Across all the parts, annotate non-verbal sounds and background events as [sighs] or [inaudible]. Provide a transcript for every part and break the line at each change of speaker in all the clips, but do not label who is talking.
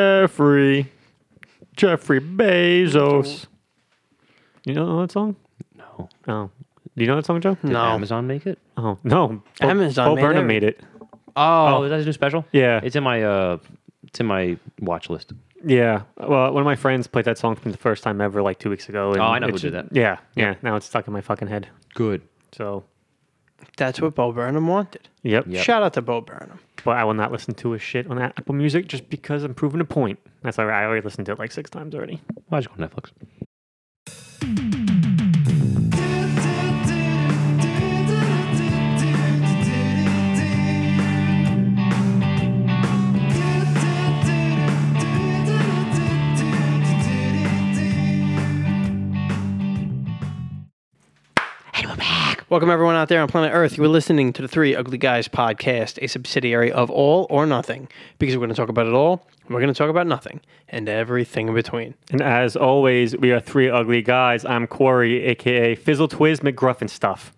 Jeffrey, Jeffrey Bezos. You know that song?
No.
Oh, do you know that song, Joe?
Did Amazon make it?
Oh no, Bo,
Amazon
Bo
made
Burnham
every-
made it.
Oh, that's a new special.
Yeah.
It's in my uh, it's in my watch list.
Yeah. Well, one of my friends played that song for the first time ever like two weeks ago. And
Oh, I know who
it's-
did that.
Yeah, yeah. Now it's stuck in my fucking head.
Good.
So,
That's what Bo Burnham wanted.
yep.
Shout out to Bo Burnham.
But I will not listen to a shit on Apple Music just because I'm proving a point. That's all right. I already listened to it like six times already.
Why just go on Netflix?
Welcome everyone out there on planet Earth. You are listening to the Three Ugly Guys podcast, a subsidiary of All or Nothing, because we're going to talk about it all, and we're going to talk about nothing, and everything in between.
And as always, we are three ugly guys. I'm Corey, aka Fizzle Twiz McGruffin Stuff.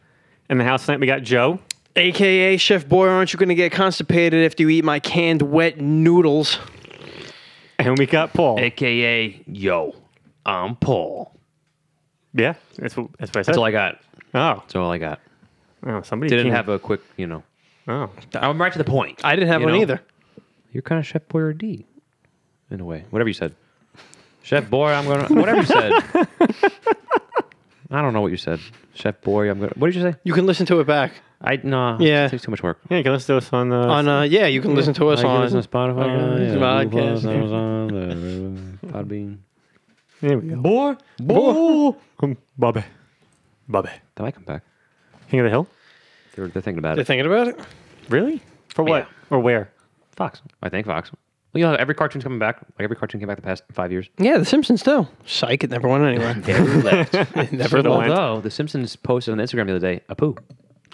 In the house tonight, we got Joe.
AKA Chef Boy, aren't you going to get constipated after you eat my canned wet noodles?
And we got Paul.
AKA Yo, I'm Paul.
Yeah, that's what, that's what I said.
That's all I got.
oh,
That's all I got.
oh, somebody
Didn't
came-
have a quick, you know.
Oh,
I'm right to the point.
I didn't have
You
one
know?
either.
You're kind of Chef Boyardee, in a way. Whatever you said, Chef Boy, I'm gonna. Whatever you said. [laughs] I don't know what you said, Chef Boy. I'm gonna. What did you say?
You can listen to it back
I no.
Yeah.
it takes too much work.
yeah, you can listen to us on the.
on. Uh, yeah, you can listen to us
I can
on.
listen to Spotify,
uh,
yeah, Google
podcast.
Plus, [laughs] Amazon, uh, Podbean.
there we go.
Boy,
Boy. Um, Bobby. Bobby.
That might come back.
King of the Hill?
They're, they're thinking about
They're
it.
thinking about it.
Really? For what?
Yeah.
Or where?
Fox, I think Fox. Well, you know, every cartoon's coming back. Like every cartoon came back the past five years.
Yeah, The Simpsons too. Psych, it never went anywhere.
Never left.
[laughs] It never
the
left.
went.
Although the Simpsons posted on Instagram the other day a poo,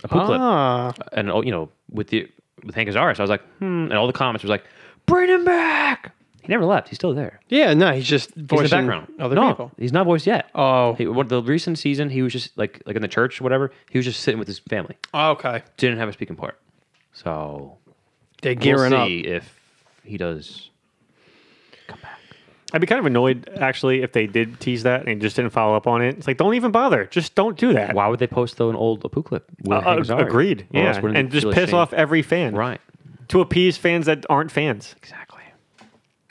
a poo clip.
Ah,
and oh, you know, with the with Hank Azaris, I was like, hmm, and all the comments was like, bring him back. He never left. He's still there.
yeah. No, he's just
He's in
voicing
the background.
other
no,
people.
he's not voiced yet.
Oh.
He- what- the recent season, he was just like like in the church, whatever. He was just sitting with his family.
Okay,
Didn't have a speaking part. So
they're
we'll
gearing up.
see if he does.
I'd be kind of annoyed, actually, if they did tease that and just didn't follow up on it. It's like, don't even bother. Just don't do that.
Why would they post though an old Apu clip? With
Uh,
Hank
uh,
Azaria?
agreed.
Or else
yeah.
wouldn't it
And just
feel
piss
ashamed?
off every fan.
Right.
To appease fans that aren't fans.
Exactly.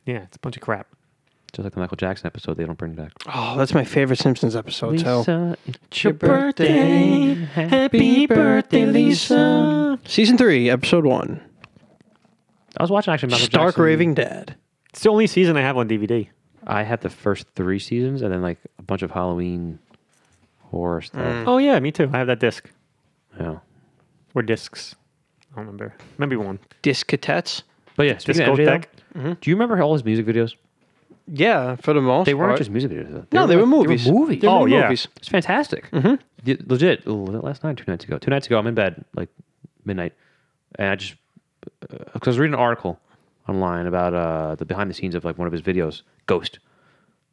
Yeah, it's a bunch of crap.
Just like the Michael Jackson episode, they don't bring it back.
Oh, that's my favorite Simpsons episode too.
it's
your birthday.
Happy
Season three, episode one.
I was watching actually Michael
Stark
Jackson.
raving dad.
It's the only season I have on DVD.
I had the first three seasons and then like a bunch of Halloween horror stuff.
Oh, yeah, me too. I have that disc.
Yeah.
Or discs. I don't remember. Maybe one.
Discotettes.
But yeah, speaking of MJ,
Discotheque. Mm-hmm.
though, do you remember all his music videos?
Yeah, for the most.
They weren't
part.
just music videos. Though.
No, they were
like-
movies.
They were movies.
They were
Oh, yeah.
movies.
It's fantastic. Mm-hmm. legit. Last night, two nights ago, two nights ago, I'm in bed like midnight, and I just because I was reading an article online about uh, the behind the scenes of like one of his videos, Ghost,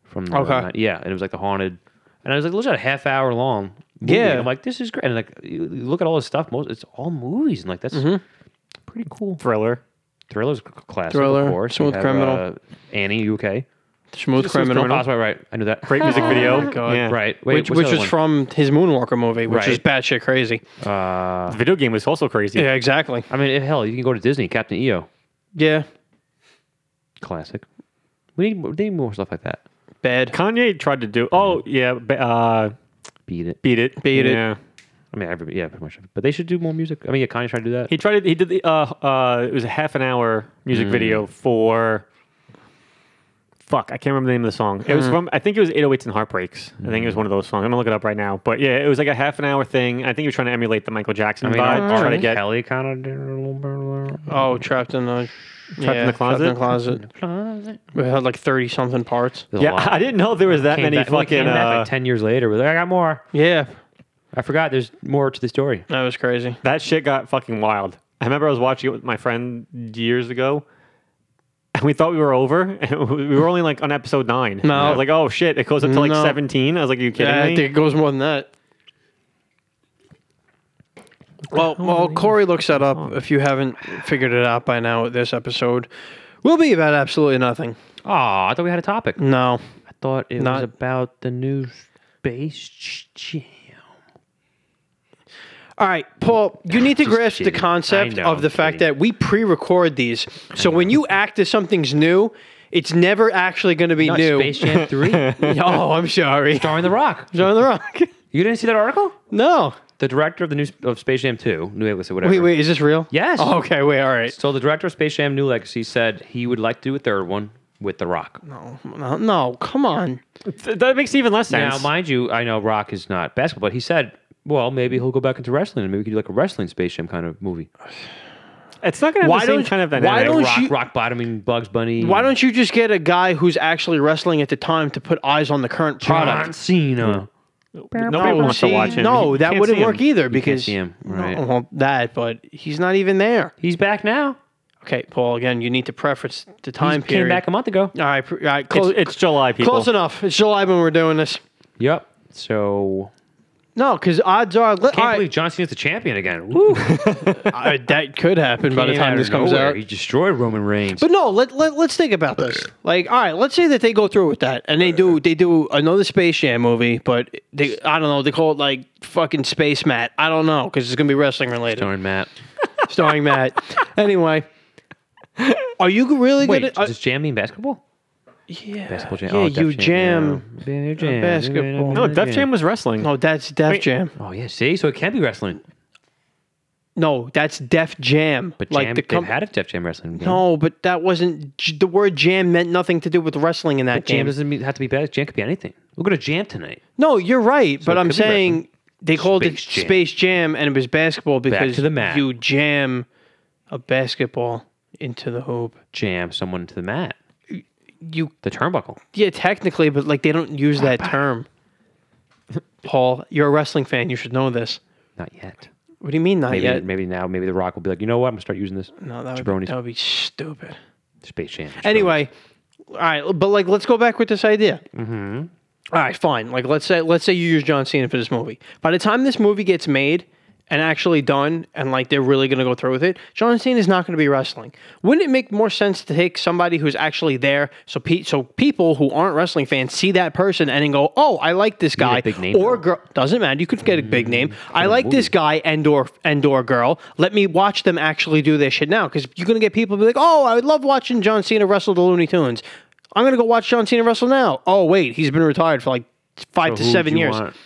from the
Okay.
night- yeah, and it was like the haunted, and I was like, legit a half hour long. Movie.
Yeah.
and I'm like, this is great, and like you you look at all this stuff. Most it's all movies, and like that's
Mm-hmm.
pretty cool.
Thriller.
Thrillers, c- classic,
Thriller,
of course. You
Smooth
have,
Criminal.
uh, Annie, you okay?
Smooth criminal.
Oh, that's right, right. I knew that.
Great music video.
Oh, God.
Yeah.
[laughs] Right. Wait,
Which,
what's
which
the
was
other
from his Moonwalker movie, which is
Right.
batshit crazy.
one? Uh,
The video game was also crazy.
Yeah, exactly.
I mean, hell, you can go to Disney, Captain EO.
Yeah,
Classic. We need, they need more stuff like that.
bad.
Kanye tried to do. Oh yeah, ba- uh,
Beat it.
beat it,
Beat It.
yeah.
I mean, everybody, yeah, pretty much. But they should do more music. I mean, yeah, Kanye tried to do that.
He tried to. He did the. Uh, uh, it was a half an hour music
Mm.
video for. Fuck, I can't remember the name of the song. It was
Mm.
from. I think it was 808s and Heartbreaks. I think it was one of those songs. I'm gonna look it up right now. But yeah, it was like a half an hour thing. I think he was trying to emulate the Michael Jackson
I mean,
vibe.
R.
Trying to get.
Kelly kind of did a little bit of that.
Oh, trapped in the yeah,
in the
Trapped in the
Closet?
closet. We had like thirty something parts.
There's a
Yeah, [laughs]
lot.
I didn't know there was that
Came
many
back- well, it
fucking.
came back
uh,
like 10 years later. We're like, I got more.
Yeah,
I forgot there's more to the story.
that was crazy.
That shit got fucking wild. I remember I was watching it with my friend years ago, and we thought we were over. [laughs] And we were only like on episode nine. And I was like, oh shit, it goes up to like
No.
seventeen. I was like, are you kidding
Yeah, I
me?
think it goes more than that. Well, while Corey looks that up, if you haven't figured it out by now with this episode, will be about absolutely nothing.
Oh, I thought we had a topic.
No.
I thought it was
Not-
about the new space jam.
All right, Paul, you need to
Just
grasp the
kidding.
concept
I know,
of the
I'm
fact
kidding.
that we pre-record these. So when you act as something's new, it's never actually going to be
Not
new.
Space Jam [laughs] three,
[laughs] oh, I'm sorry.
starring The Rock.
John the Rock. [laughs]
You didn't see that article?
No.
The director of the new of Space Jam two, New Legacy, whatever.
Wait, wait, is this real?
Yes.
Oh, okay, wait, all right.
So the director of Space Jam New Legacy said he would like to do a third one with The Rock.
No, no, come on.
Th- that makes even less sense.
Now, mind you, I know Rock is not basketball, but he said, well, maybe he'll go back into wrestling and maybe we could do like a wrestling Space Jam kind of movie.
it's not going to
Why
have the same
don't-
kind of
why
dynamic.
don't
Rock,
you-
Rock bottoming Bugs Bunny.
Why don't you just get a guy who's actually wrestling at the time to put eyes on the current product?
John Cena?
Nobody
No,
wants
see,
to watch him.
No,
You
that
can't
wouldn't
see him.
work either because
see him,
No,
right.
well, that, but he's not even there.
He's back now.
Okay, Paul. Again, you need to preference the
He
time
came
period.
back a month ago.
all right, pr- all right. Close,
It's, it's July, people.
close enough. It's July when we're doing this.
Yep. So
No, because odds are, li-
can't
all right,
believe John Cena's the champion again. Woo.
uh, that could happen by the
Came out
time
of
this comes
nowhere.
out.
he destroyed Roman Reigns.
But no, let, let let's think about this. Like, all right, let's say that they go through with that, and they do they do another Space Jam movie, but they I don't know they call it like fucking Space Matt. I don't know because it's gonna be wrestling related,
Darn Matt.
starring
[laughs]
Matt. Anyway, are you really
Wait,
gonna? uh,
does jam mean basketball?
yeah,
Basketball jam.
yeah,
oh,
you jam.
You jam.
basketball.
No, Def Jam was wrestling.
No, that's Def
Wait.
Jam.
Oh yeah, see, so it can be wrestling.
No, that's Def Jam.
But
like
jam,
the com-
they've had a Def Jam wrestling. Game.
no, but that wasn't j- the word jam meant nothing to do with wrestling in that
jam
game.
doesn't mean, have to be bad. Jam could be anything. We're gonna jam tonight.
No, you're right, but
it
I'm
could be
saying they called
Space
it
Jam.
Space Jam, and it was basketball because
to the mat.
you jam a basketball into the hoop.
Jam someone to the mat,
You
the turnbuckle.
yeah, technically, but like they don't use
[laughs]
that term. Paul, you're a wrestling fan. You should know this.
Not yet.
What do you mean not
Maybe,
yet?
maybe now, maybe The Rock will be like, you know what? I'm gonna start using this.
No, that would, be,
Jabroni's
that would be stupid.
Space Jam.
Anyway, all right, but like let's go back with this idea. Mm-hmm. right, fine. Like let's say let's say you use John Cena for this movie. By the time this movie gets made and actually done, and like they're really gonna go through with it, John Cena is not gonna be wrestling. Wouldn't it make more sense to take somebody who's actually there, so pe- so people who aren't wrestling fans see that person and then go, oh, I like this guy
big name,
or
though.
girl. Doesn't matter. You could get a big name. I like this guy and or and or girl. Let me watch them actually do their shit now because you're gonna get people be like, oh, I would love watching John Cena wrestle the Looney Tunes. I'm gonna go watch John Cena wrestle now. Oh wait, he's been retired for like five to
Who would
seven
you
years.
want?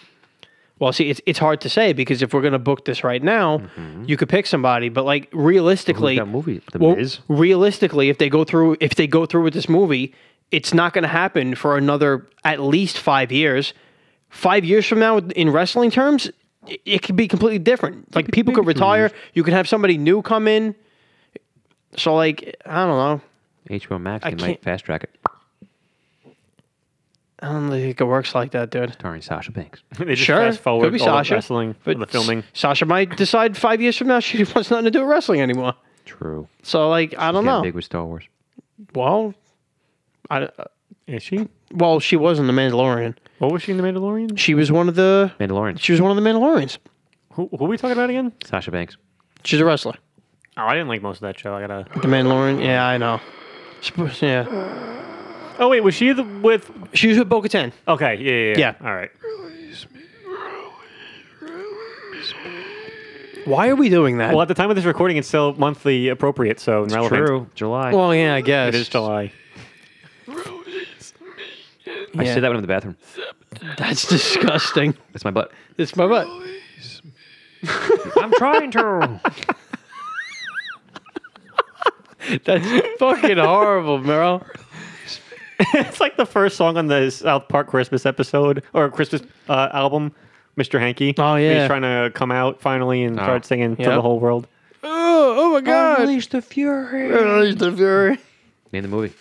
Well, see, it's it's hard to say because if we're gonna book this right now, you could pick somebody, but like realistically,
Mm-hmm. that movie? The
well,
Miz?
realistically, if they go through if they go through with this movie, it's not going to happen for another at least five years. Five years from now, in wrestling terms, it, it could be completely different. Like people could retire, you could have somebody new come in. So, like, I don't know.
HBO Max.
I
They
can't-
might fast track it.
I don't think it works like that, dude.
Starring Sasha
[laughs]
Banks.
they just
Sure,
fast forward
could be
all the
Sasha,
wrestling,
But
the filming.
S- Sasha might decide five years from now she [laughs] wants nothing to do with wrestling anymore.
True.
So, like, I don't
Getting
know.
Big with Star Wars.
Well, I, uh,
Is she?
well, she was in The Mandalorian.
What was she in The Mandalorian?
She was one of the
Mandalorian.
She was one of the Mandalorians.
Who, who are we talking about again?
Sasha Banks.
She's a wrestler.
Oh, I didn't like most of that show. I gotta.
The Mandalorian. Yeah, I know. Sp- Yeah,
Oh wait, was she the, with?
she was with Bo-Katan.
Okay, yeah, yeah, yeah.
Yeah.
All right.
Why are we doing that?
Well, at the time of this recording, it's still monthly appropriate, so it's relevant.
True. July.
Well, yeah, I guess
It is July.
I
yeah.
said that one in the bathroom.
That's disgusting.
That's my butt.
It's my butt.
I'm trying
[laughs]
to.
That's fucking
[laughs]
horrible, Meryl.
it's like the first song on the South Park Christmas episode or Christmas uh, album, Mr. Hanky.
Oh, yeah.
he's trying to come out finally and
Oh.
start singing to
Yep.
the whole world.
Oh, oh my god.
the fury.
Unleash the fury.
Name the movie.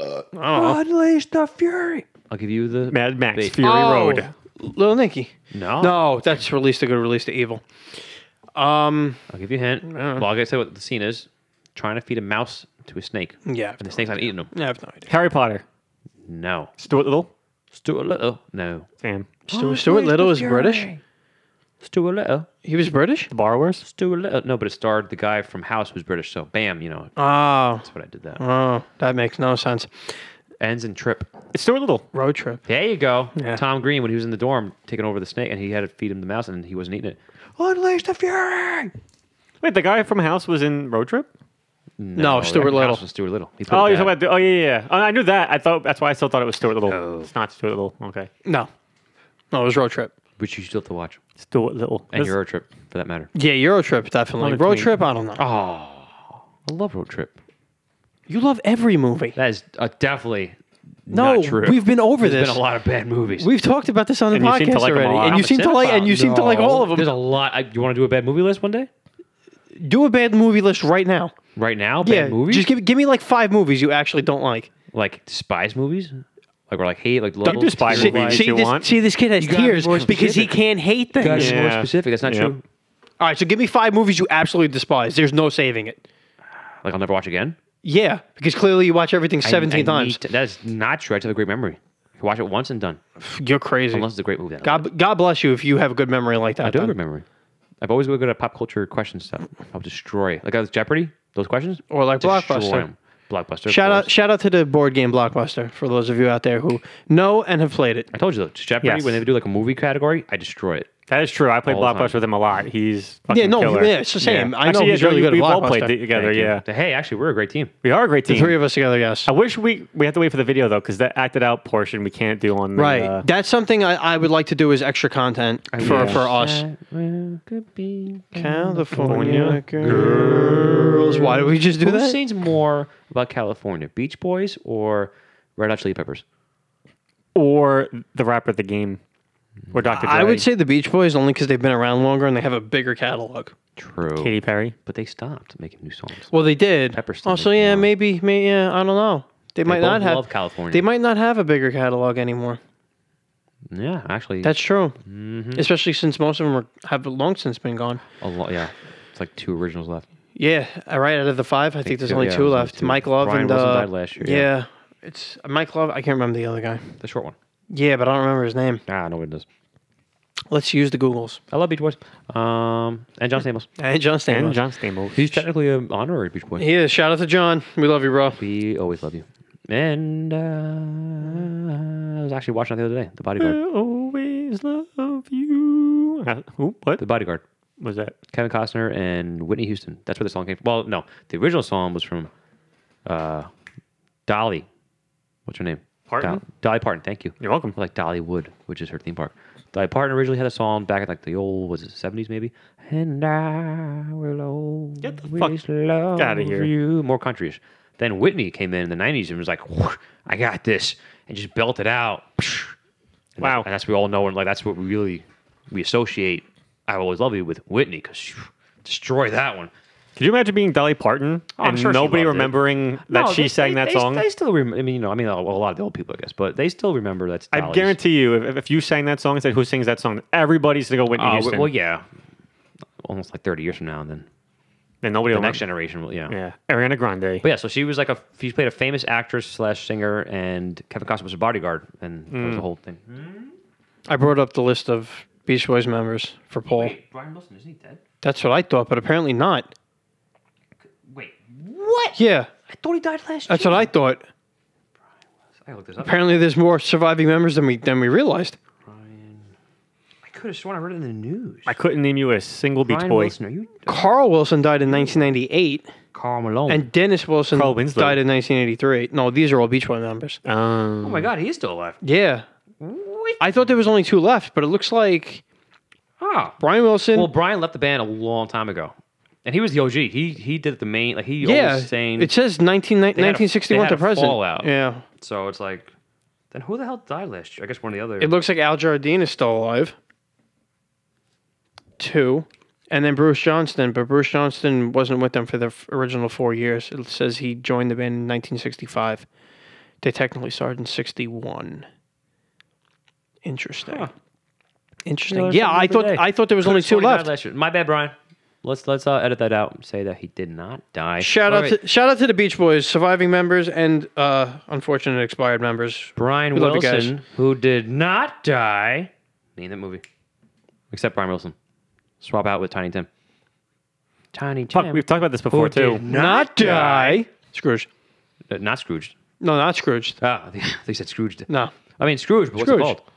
Oh,
Unleash the fury. I'll give you the.
Mad Max
Wait.
Fury Road.
Oh. Little Nicky.
No.
No, that's released a good release to evil. Um,
I'll give you a hint. Well, I gotta say what the scene is. Trying to feed a mouse to a snake,
yeah,
and the snake's not eating him.
I have no idea.
Harry Potter.
No.
Stuart Little.
Stuart Little. No.
Damn.
Stuart, Stuart Little is British.
Stuart Little.
He was British.
The borrowers.
Stuart Little. No, but it starred the guy from House who's British. So bam, you know,
Oh,
that's what I did that.
oh, that makes no sense.
Ends in trip.
It's Stuart Little.
Road trip.
There you go.
Yeah.
Tom Green, when he was in the dorm taking over the snake, and he had to feed him the mouse, and he wasn't eating it. Unleash the fury.
Wait, the guy from House was in Road Trip.
No, Oh, Stuart
Oh, that
Little.
House was Stuart Little. He played
Oh,
the
you're
dad.
talking about. The, oh, yeah, yeah, yeah. Oh, I knew that. I thought that's why I still thought it was Stuart Little.
Oh.
It's not Stuart Little. Okay,
No, no, it was road trip.
which you still have to watch,
Stuart Little.
and
This-
Euro Trip for that matter.
Yeah, Euro trip definitely.
One
Road
between.
trip. I don't know.
Oh, I love Road Trip.
You love every movie.
That is uh, definitely
No,
not true.
we've been over
There's
this.
been a lot of bad movies.
We've talked about this on the
And you
podcast
seem to like 'em a
already,
lot.
and
I'm
you
a
seem to like, and you seem to like all of
There's
them.
a lot. I, you want to do a bad movie list one day?
Do a bad movie list right now.
Right now, bad
Yeah,
movies.
just give give me like five movies you actually don't like.
like spies movies. Like we're like, hey, like
do spy
[laughs]
specific.
movies.
see,
you
this,
want.
see, this kid has
You gotta be
tears
more
because he
specific.
can't hate
You gotta
things.
be more
Yeah.
specific. That's not
Yep.
true.
All right, so give me five movies you absolutely despise. There's no saving it.
Like I'll never watch again.
Yeah, because clearly you watch everything 17 times.
That's not true. I just have a great memory. You watch it once and done.
You're crazy.
Unless it's a great movie. then I love it.
God, God bless you if you have a good memory like that.
I do have a
then.
good memory. I've always been good at pop culture question stuff. I'll destroy. Like I was Jeopardy. Those questions.
Or like
Destroy
Blockbuster.
'em. Blockbuster.
Shout
of
out,
course.
shout out to the board game Blockbuster for those of you out there who know and have played it.
I told you though, Jeopardy.
Yes.
When they do like a movie category, I destroy it.
That is true. I played
All the time.
Blockbuster with him a lot. He's fucking
Yeah, no,
killer.
yeah, it's the same. I know
Actually,
he's
yeah,
really
we-
good at
We've all
Blockbuster.
played together.
Thank you.
Yeah,
Hey, actually, we're a great team.
we are a great
The
team.
three of us together, yes.
I wish we we had to wait for the video though, because that acted out portion we can't do on the,
Right.
uh,
That's something I, I would like to do as extra content for,
wish
for us. California girls. Why do we just do
Who
that?
sings more about California, Beach Boys or Red Hot Chili Peppers?
or the rapper, the game, or Dr. Dre,
I would say the Beach Boys only because they've been around longer and they have a bigger catalog.
True.
Katy Perry.
But they stopped making new songs.
Well, they did.
Pepper Stone
Also,
is
yeah,
more.
maybe, maybe, yeah, I don't know. They, might
both
not have
love California.
They might not have a bigger catalog anymore.
Yeah, actually,
That's true.
Mm-hmm.
Especially since most of them are, have long since been gone.
a lot. Yeah, it's like two originals left.
Yeah, uh, right out of the five, I think there's
two,
only
yeah,
two
there's only
left.
two.
Mike Love
Brian
and
Wilson
uh,
died last year,
Yeah.
yeah.
it's uh, Mike Love. I can't remember the other guy.
The short one.
Yeah, but I don't remember his name.
Ah, nobody does.
Let's use the Googles.
I love Beach Boys. Um, and John Stamos.
And John Stamos.
And John Stamos.
He's technically an honorary Beach Boy.
Yeah, shout out to John. We love you, bro.
We always love you. And uh, I was actually watching it the other day. The
[laughs]
Bodyguard.
I always love you. Uh, who? What
The Bodyguard.
was that?
Kevin Costner and Whitney Houston. That's where the song came from. Well, no, the original song was from uh, Dolly. What's her name?
Parton?
Do- Dolly Parton. Thank you.
You're welcome.
I like Dolly Wood, which is her theme park. Dolly Parton originally had a song back in like the old was it seventies maybe? And I will always
Get the fuck
love
outta here.
you. More countryish. Then Whitney came in in the nineties and was like, "Whew, I got this, and just belted out. And
Wow.
that- and that's what we all know, and like that's what we really we associate. I will always love you with Whitney because destroy that one.
Could you imagine being Dolly Parton
Oh, I'm
and
sure she
nobody
loved it.
remembering that
No,
she
they-
sang
they-
that
they-
song?
They still remember. I mean, you know, I mean, a a lot of the old people, I guess, but they still remember that's.
I
Dolly's-
guarantee you, if, if you sang that song and said, "Who sings that song?" Everybody's gonna go Whitney
Uh,
Houston.
well, yeah, almost like thirty years from now, and then
then nobody
the
will
next
remember.
generation will. Yeah.
Yeah, Ariana Grande.
But yeah, so she was like a she played a famous actress slash singer, and Kevin Costner was a bodyguard, and that
Mm.
was the whole thing.
I brought up the list of Beach Boys members for poll.
Brian Wilson isn't he dead?
That's what I thought, but apparently not.
Wait, what?
Yeah,
I thought he died last
that's
year.
what I thought.
I looked this up.
Apparently, there's more surviving members than we than we realized.
Brian, I could have sworn I read it in the news.
I couldn't name you a single Beach
Brian
Boy.
Wilson, are you
Carl Wilson died in 1998,
Carl Malone?
and Dennis Wilson
Carl Winslow.
died in 1983. No, these are all Beach Boy members.
Um,
oh my God, he is still alive.
Yeah,
What?
I thought there was only two left, but it looks like
Ah.
Brian Wilson.
Well, Brian left the band a long time ago, and he was the OG. He he did the main like he
yeah,
always sang.
it says 19,
a-
1961
they had
to
a
present.
fallout.
Yeah,
so it's like, then who the hell died last year? I guess one of the other.
It looks like Al Jardine is still alive. Two. And then Bruce Johnston, but Bruce Johnston wasn't with them for the f- original four years. It says he joined the band in 1965. They technically started in 61. Interesting. Interesting.
Another
yeah,
something
I
for
thought
today.
I thought there was
Could've
only two
sworn he died
left.
last year. My bad, Brian. Let's let's uh, edit that out and say that he did not die.
Shout
Wait,
out
wait.
to shout out to the Beach Boys, surviving members and uh, unfortunate expired members.
Brian
We love you guys.
Wilson, who did not die. Name that movie. Except Brian Wilson. Swap out with Tiny Tim. Tiny Tim.
Fuck, we've talked about this before too.
did
Not die. Scrooge.
Uh, not Scrooged.
No, not Scrooge.
Ah, [laughs] they, they said Scrooged.
No.
I mean Scrooge, but
Scrooge.
what's it called?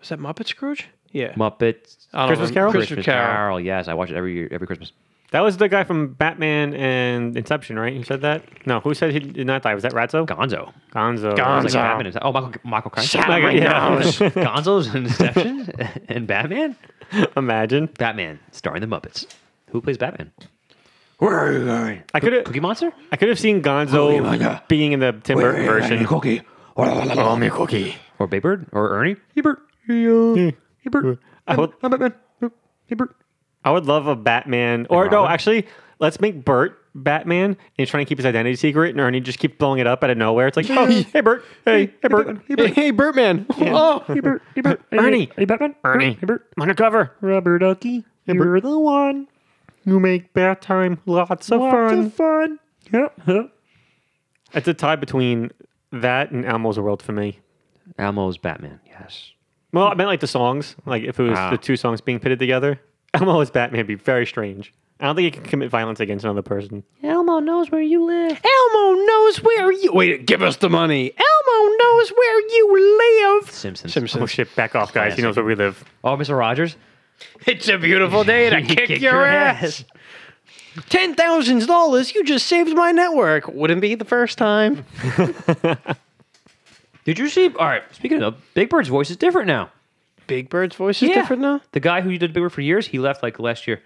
Was that Muppet Scrooge? Yeah.
Muppets.
I don't
Christmas
remember.
Carol?
Christmas Carol.
Yes, I watch it every year, every Christmas.
That was the guy from Batman and Inception, right? Who said that? No, who said he did not die? Was that Ratzo?
Gonzo.
Gonzo.
I was Like,
Gonzo.
Batman is- oh, Michael, Michael Caine.
Shut up, my
Yeah.
nose.
Gonzo's in Inception [laughs] and Batman.
Imagine.
Batman, starring the Muppets. Who plays Batman?
Where are you going?
I could have
Cookie Monster.
I could have seen Gonzo
Oh, my God.
being in the Tim Burton version.
Cookie. Oh, me cookie.
Or Baybird? Or Ernie? Hebert. uh, Hebert.
I would,
I'm Batman. Hebert.
I would love a Batman. Or no,
Robin?
actually, let's make Bert Batman and he's trying to keep his identity secret and Ernie just keeps blowing it up out of nowhere. It's like, oh, hey Bert. Hey, hey Bert.
Hey, hey, [laughs] Birdman. Oh,
Hebert. Hebert.
Ernie.
Are you Batman?
Ernie.
Hebert.
I'm undercover.
Robert Ducky. You're the one.
You make bath time lots of fun.
fun. Yep.
It's a tie between that and Elmo's World for me.
Elmo's Batman. Yes.
Well, I meant like the songs. Like if it was
Ah.
the two songs being pitted together, [laughs] Elmo as Batman would be very strange. I don't think he can commit violence against another person. Oh,
Elmo knows where you live.
Elmo knows where you. Wait, give us the money. Elmo knows where you live.
Simpsons.
Simpsons.
Oh shit, back off, guys. He
Classic.
knows where we live.
Oh, Mr. Rogers.
It's a beautiful day to kick, your, ass. Ten thousand dollars. You just saved my network. Wouldn't be the first time.
Did you see? All right. Speaking of Big Bird's voice is different now.
Big Bird's voice is different now.
The guy who did Big Bird for years, he left like last year.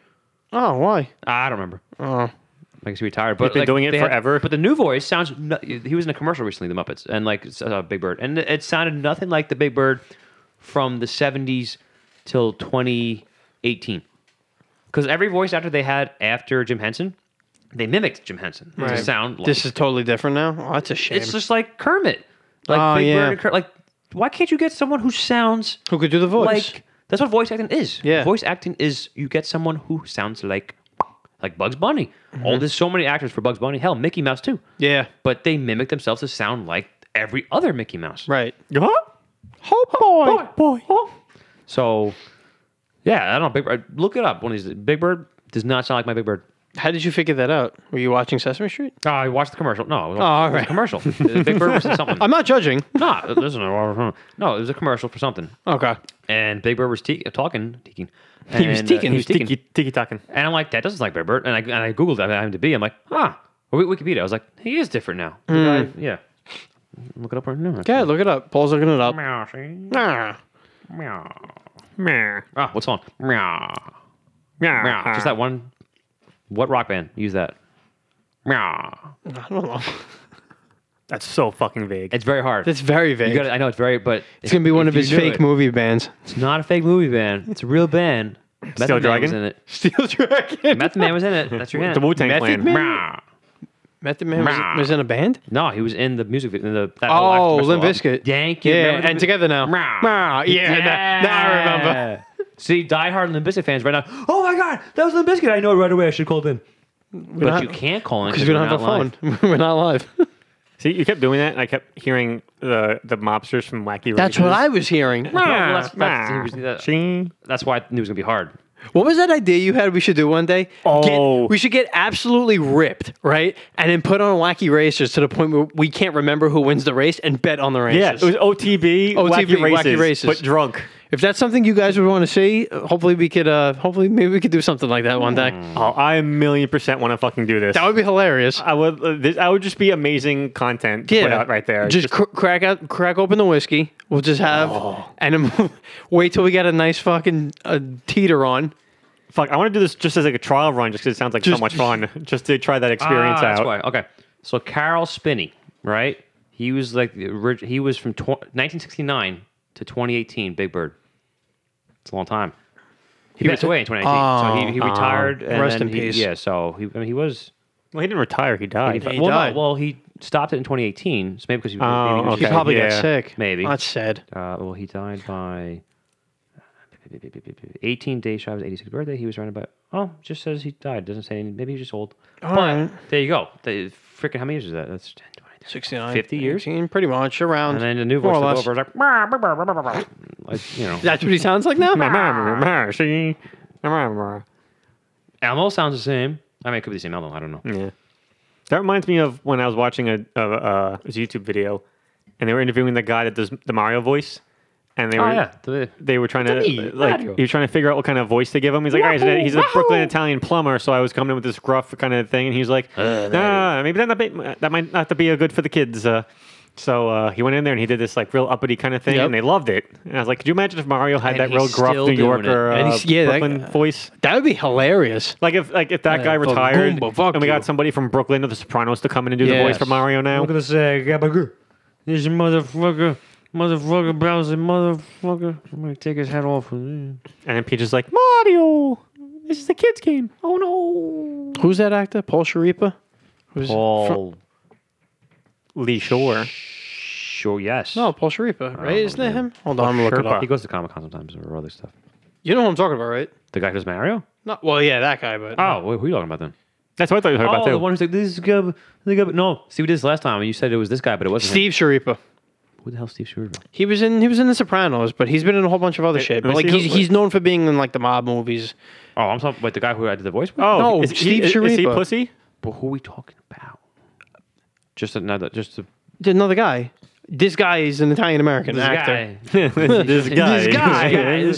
Ah,
Oh, why?
I don't remember.
Oh,
I guess he retired. But
been
like,
doing it
they had-
forever.
but the new voice sounds. No, he was in a commercial recently, the Muppets, and like it's, uh, Big Bird, and it sounded nothing like the Big Bird from the '70s till 2018. Because every voice actor they had after Jim Henson, they mimicked Jim Henson to sound. Like,
this is totally different now. Oh, that's a shame.
it's just like Kermit, like
Oh,
Big
yeah.
Bird, and Kermit. Like, why can't you get someone who sounds
Who could do the voice?
like? That's what voice acting is.
Yeah.
voice acting is you get someone who sounds like. Like Bugs Bunny. Oh, there's so many actors for Bugs Bunny. Hell, Mickey Mouse too
yeah,
but they mimic themselves to sound like every other Mickey Mouse.
right.
Huh?
Oh boy.
Boy.
So, yeah, I don't know. Big Bird, look it up. One of these. Big Bird does not sound like my Big Bird.
How did you figure that out? Were you watching Sesame Street?
Oh, I watched the commercial. No, it was,
all
it was
right.
a [laughs] commercial. The Big Bird was in [laughs] something.
I'm not judging.
no, listen, no, it was a commercial for something.
Okay.
And Big Bird was te- talking, teaking.
He was
And, uh,
teaking.
he was teaking.
Tiki tiki talking.
And I'm like, that doesn't like Big Bird. And I, and I Googled IMDb. I'm like, huh. Or Wik- Wikipedia. I was like, he is different now.
Hmm.
Yeah. Look it up right now.
Yeah, look it up. Paul's looking it up.
Meow, see?
Nah.
Meow.
Meh.
Ah, what song? Meow.
Meh.
Meow. Just that one. What rock band? Use that. Meow.
I don't know.
That's so fucking vague.
It's very hard.
That's very
you
vague.
gotta, I know it's very, but
it's gonna be one of his
movies.
fake movie bands.
It's not a fake movie band. It's a real band. Method
Steel
Man was
Dragon?
in it.
[laughs] Steel Dragon.
Method Man was in it. That's your hint.
the Wu Tang
Method
Clan.
Man?
Meow.
Method Man was,
Rah.
was in a band.
No, he was in the music video. in The, that whole
Oh,
actual
Limp
commercial album.
Bizkit.
Thank you.
Yeah,
Remember
and
the-
together now.
Meow.
Meow.
[laughs]
Yeah, Now, now I remember.
See, diehard Limp Bizkit fans right now. Oh my God, that was Limp Bizkit. I know it right away. I should call them. But
not-
you can't call in
Because we don't have a phone. [laughs] We're not live.
See, you kept doing that, and I kept hearing the the mobsters from Wacky.
was hearing.
well, that's- that's- Oh, he was- uh, that-
She.
That's why I knew it was gonna be hard.
What was that idea you had we should do one day?
Oh.
Get- we should get absolutely ripped, right? And then put on wacky racers to the point where we can't remember who wins the race and bet on the races.
Yeah, it was OTB,
OTB,
Wacky,
Wacky
races,
Races.
but drunk.
if that's something you guys would want to see, uh, hopefully we could, uh, hopefully maybe we could do something like that one day.
Oh, I a million percent want to fucking do this.
That would be hilarious.
I would. Uh, this, I would just be amazing content to put out right there.
Just, cr- crack out, crack open the whiskey. We'll just have
Oh.
and then [laughs] wait till we get a nice fucking uh, teeter on.
fuck. I want to do this just as like a trial run, just because it sounds like
Just-
so much fun. [laughs] Just to try that experience
Ah, That's
out.
why. Okay. So Carol Spinney, right? He was like the orig- he was from tw- 1969 to 2018. Big Bird. It's a long time. He Oh, passed away in 2018. so he, he retired. and
Rest
then
in
he-
peace.
Yeah. So he, I mean, he was.
Well, he didn't retire. He died.
well, no,
died.
well, he stopped it in 2018. So maybe because he,
Oh,
maybe he was
okay.
He probably
yeah,
got sick.
maybe.
that's sad.
Uh, well, he died by 18 days shy of his 86th birthday. He was surrounded by. Oh, it just says he died. Doesn't say anything. Maybe he's just old.
All right.
There you go. They, freaking, how many years is that? That's 10, 20,
69.
50 years?
18, pretty much around.
And then the new
More
voice
or
took
less.
over. It's like, "Brr, brr, brr, brr, brr, brr," I, you know,
That's what he
[laughs]
sounds like now.
Ah.
See?
Elmo sounds the same. I mean, it could be the same Elmo. I don't know.
[laughs] Yeah. That reminds me of when I was watching a, a, a, it was a YouTube video, and they were interviewing the guy that does the Mario voice, and they were
Oh yeah, the-
they were trying to uh,
Me,
like
Mario.
he was trying to figure out what kind of voice to give him. He's like, all right, he's a, he's a Brooklyn Italian plumber, so I was coming in with this gruff kind of thing, and he was like,
Uh,
no, no, no, maybe that not be, that might not be a good for the kids. Uh, so uh, he went in there and he did this like real uppity kind of thing,
Yep.
and they loved it. And I was like, could you imagine if Mario had
And
that real
he's
gruff
still
New
doing
Yorker
it.
And
uh,
he's- yeah, that-
Brooklyn voice?
That would be hilarious.
Like if like if that
Yeah,
guy
fuck
retired
Goomba, fuck
and we got
you.
somebody from Brooklyn or the Sopranos to come in and do the voice
Yes.
for Mario now.
gonna say Gabagu. This motherfucker, motherfucker, browser, motherfucker. I'm gonna take his head off.
And then Peach is like, Mario, this is a kids game. Oh no.
Who's that actor? Paul Sharipa? Who's fr-
Paul,
Lee Shore.
sure, yes.
no, Oh, Paul Sharipa, right?
know,
Isn't that
man.
him? Hold on, I'm gonna look it
Sherpa.
up.
He goes to Comic Con sometimes or other stuff.
You know who I'm talking about, right?
The guy who does Mario?
Not well, yeah, that guy, but
Oh, wait, who are you talking about then?
That's what I thought you were talking about
oh,
too.
the one who's like, this is Gab. The Gab. No, see, we did this last time. and You said it was this guy, but it wasn't. him.
Steve Sharipa.
Who the hell is Steve Stewart? bro?
He was in he was in The Sopranos, but he's been in a whole bunch of other shit.
let
But
me
like
see who-
he's, he's known for being in like the mob movies.
Oh, I'm talking about the guy who I did the voice with?
Oh,
No,
is, he-
Steve
is, is he
Sharipa.
pussy?
But who are we talking about? Just another, just a,
Did another guy. This guy is an Italian American
this
actor.
guy. [laughs]
this
This guy.
This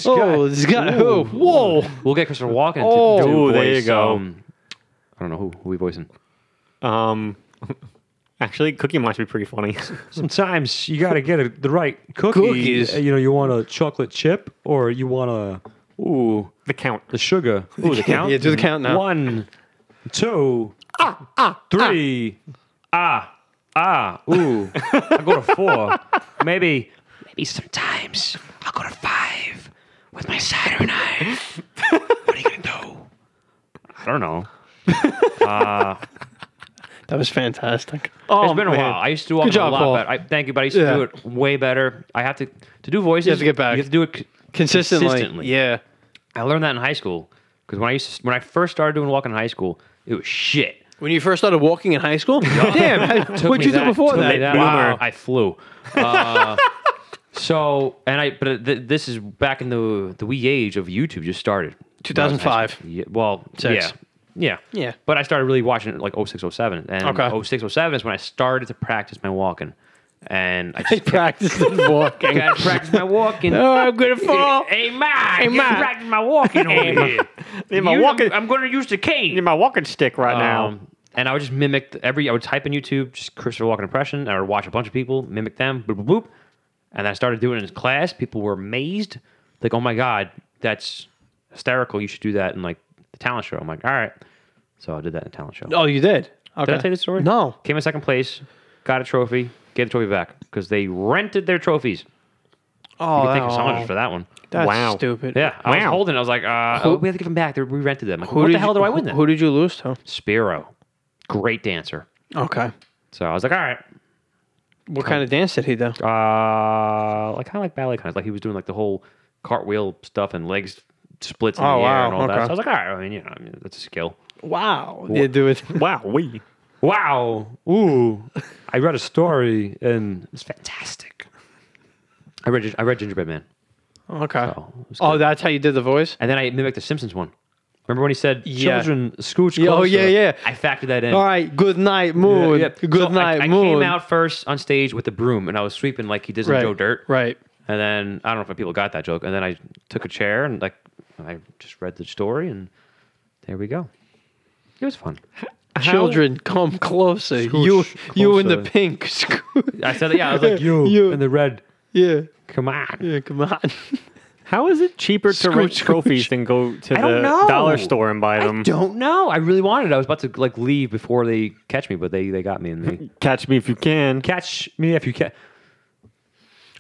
guy.
oh, this guy. Oh, whoa.
We'll get Christopher Walken. To,
Oh.
to
Ooh,
voice,
there you go.
Um, I don't know who who we voicing.
[laughs] um, [laughs] actually, Cookie Monster would be pretty funny. [laughs]
sometimes you got to get a, the right cookie.
Cookies.
You know, you want a chocolate chip or you want a ooh
the Count.
the sugar. [laughs]
Ooh, the Count?
Yeah, do the count now.
One, two,
Ah,
three, ah, ah, ooh. I go
[laughs]
to four. Maybe
Maybe sometimes I'll go to five with my cider
[laughs]
knife. what are you gonna do? I don't know.
That was fantastic.
Oh,
it's been a
man.
while. I used to do all
Good
a
job,
lot
Paul.
better. I, thank you, but I used to
Yeah.
do it way better. I have to to do voices.
You have to get back.
You have to do it c-
Consistently.
consistently.
Yeah.
I learned that in high school because when I used to, when I first started doing walking in high school, it was shit.
When you first started walking in high
[laughs]
school? Damn.
Took
What'd
me
you do
that-
before
took me
that?
Wow, I flew. Uh, [laughs] so and I, but th- this is back in the the wee age of YouTube just started.
2005.
Yeah, well,
Six.
yeah, yeah,
Yeah.
But I started really watching it like 06, 07. and
Okay.
06, 07 is when I started to practice my walking, and
[laughs]
I
I
just
practiced walking.
[laughs] got to practice my walking.
oh, I'm
[laughs]
gonna fall.
Hey, man,
Hey,
hey,
man.
practice my walking over here.
Need my
You-
walking,
I'm, I'm going to use the cane.
need my walking stick right now.
Um, and I would just mimic th- every. I would type in YouTube just Christopher Walken impression. and I would watch a bunch of people mimic them. Boop boop boop. And I started doing it in class. People were amazed. Like, oh my god, that's hysterical. You should do that in like the talent show. I'm like, all right. So I did that in the talent show.
Oh, you did? Okay.
Did I tell you the story?
No.
Came in second place, got a trophy, gave the trophy back because they rented their trophies.
Oh,
You thank
wow.
your soldiers for that one.
Oh, That's
Wow.
stupid.
Yeah, I was
Wow.
holding. it. I was like, uh, oh, we have to give them back. They- We rented them. Like,
Who
what
did
the hell
you-
do I win
who-
then?
Who did you lose to?
Spiro, great dancer.
Okay.
So I was like, all right,
What kind of dance did he do?
Uh, like kind of like ballet kind of like he was doing like the whole cartwheel stuff and legs splits in
Oh,
the air
wow.
and all
Okay.
that. So I was like, all right, I mean, you know, I mean, that's a skill.
Wow. Yeah, do it.
wow, we.
Wow,
ooh. I read a story and
it's fantastic. I read Gin- I read Gingerbread Man.
Okay.
Oh, it was
Oh,
good.
that's how you did the voice?
and then I mimicked the Simpsons one. Remember when he said
Yeah.
children scooch
Yeah,
closer?
oh, yeah, yeah. Oh,
I factored that in.
All right. Good night, moon.
Yep.
Good
So I-
night,
I,
moon.
came out first on stage with the broom, and I was sweeping like he does in
right.
Joe Dirt.
Right.
And then I don't know if people got that joke. And then I took a chair and like I just read the story and there we go. It was fun.
Children, come closer. you,
Scooch
you in the
closer.
pink. [laughs] Scoo-
I said yeah, I was
[laughs]
like,
you,
You.
and the red.
yeah.
come on.
Yeah. Come on. [laughs]
How is it cheaper to rent
Scooch, scooch.
trophies than go to
I
the
don't know.
dollar store and buy
I
them?
don't know. I really wanted. it. I was about to like leave before they catch me, but they they got me and they
Catch me if you can.
catch me if you can.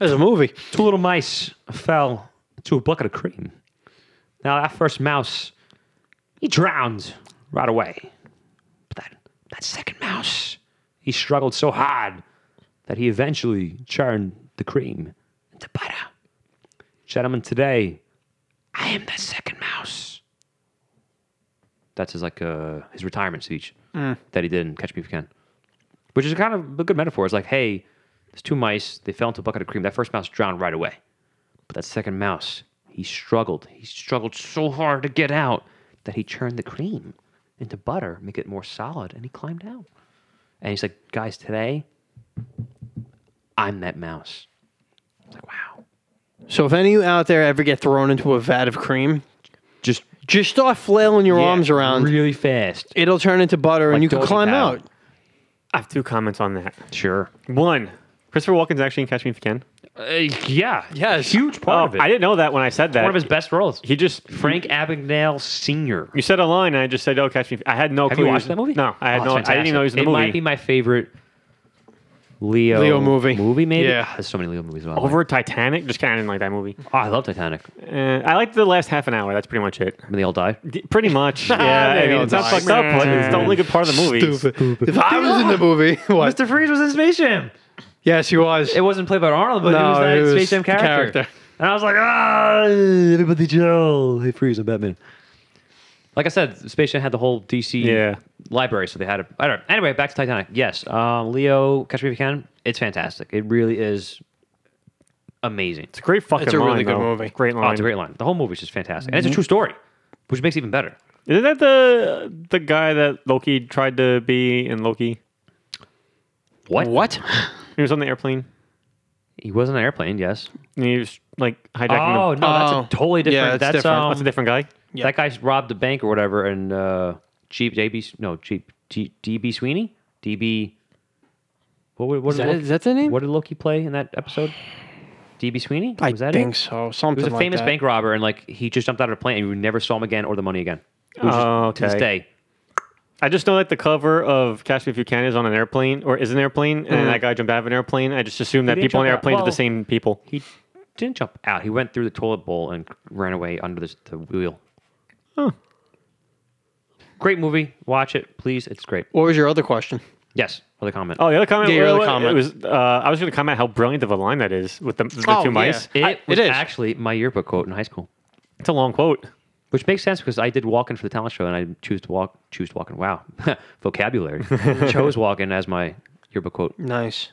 That's a movie.
Two little mice fell to a bucket of cream. Now that first mouse, he drowned right away. But that, that second mouse, he struggled so hard that he eventually churned the cream into butter. Gentlemen, today, I am the second mouse. That's his like uh, his retirement speech that he did in Catch Me If You Can, which is kind of a good metaphor. It's like, hey, there's two mice. They fell into a bucket of cream. That first mouse drowned right away. But that second mouse, he struggled. He struggled so hard to get out that he churned the cream into butter, make it more solid, and he climbed out. And he's like, guys, today, I'm that mouse. It's like, wow.
So if any of you out there ever get thrown into a vat of cream,
Just
just start flailing your
yeah,
arms around.
really fast.
It'll turn into butter and
Like
you can
Doggy
climb
Paddle.
out.
I have two comments on that.
Sure.
One, Christopher Walken's actually in Catch Me If You Can.
Uh, yeah.
Yes.
Huge part
Oh,
of it.
I didn't know that when I said that.
One of his best roles.
he just
Frank Abagnale Sr.
You said a line, and I just said, "Oh, Catch Me." If-" I had no
Have
clue.
you
he
watched
was-
that movie?
No, I had
Oh,
no.
it's
I didn't even know he was in the
fantastic. It
movie.
might be my favorite Leo
Leo movie.
Movie maybe.
Yeah.
Ah, there's so many Leo movies. I Over.
Over Titanic, just kind of didn't like that movie.
Oh, I love Titanic. I
Uh, I liked the last half an hour. That's pretty much it.
mean, they all die.
D- pretty
[laughs]
much. Yeah, I
They
mean,
all
it's not
die.
fucked up, but it's the only good part of the movie.
If I was [laughs] in the movie, what?
Mr. Freeze was in Space Jam.
Yes, he was.
It wasn't played by Arnold, but
No,
he was that
it was
Space Jam
the
character.
character.
And I was like, ah, everybody chill. Hey, Freeze, I'm Batman. Like I said, Space Jam had the whole DC
Yeah.
library, so they had a. I don't. Anyway, back to Titanic. Yes, um, Leo, Catch Me If You Can. It's fantastic. It really is amazing.
It's a great fucking.
It's a really
line,
good
though.
movie.
Great
Oh,
line.
it's a great line. The whole movie's just fantastic, and it's
Mm-hmm.
a true story, which makes it even better.
Isn't that the the guy that Loki tried to be in Loki?
What?
what?
He was on the airplane.
He was on an airplane. Yes.
And he was like hijacking.
Oh no,
the,
that's
Oh.
a totally different.
Yeah, it's
that's
different.
Um,
[laughs] that's a different guy.
Yeah.
That guy robbed the bank or whatever, and uh, Chief JB no Chief G, DB Sweeney DB. What, what, what
Is
did
that,
Loki,
is that the name?
What did Loki play in that episode? DB Sweeney.
I
was that
think
it?
so.
He
Something
was a
like
famous
that.
bank robber, and like he just jumped out of a plane, and you never saw him again or the money again. It was
Oh,
just- To this
okay.
day,
I just know that the cover of Catch Me If You Can is on an airplane or is an airplane,
Hmm.
and that guy jumped out of an airplane. I just assumed that
didn't
people on
jump out.
airplanes are
Well-
the same people.
he didn't jump out. He went through the toilet bowl and ran away under the, the wheel. Great movie. Watch it, please. It's great.
What was your other question?
Yes. Other comment.
Oh, the other comment.
Yeah, your
wa-
other
wa-
comment.
It was. Uh, I was going to comment how brilliant of a line that is with the, the two
Oh, yeah.
mice.
It
I-
was
it is.
actually my yearbook quote in high school,
It's a long quote.
which makes sense because I did walk in for the talent show and I choose to walk, choose to walk in. Wow, [laughs] vocabulary. Chose walk in as my yearbook quote.
Nice.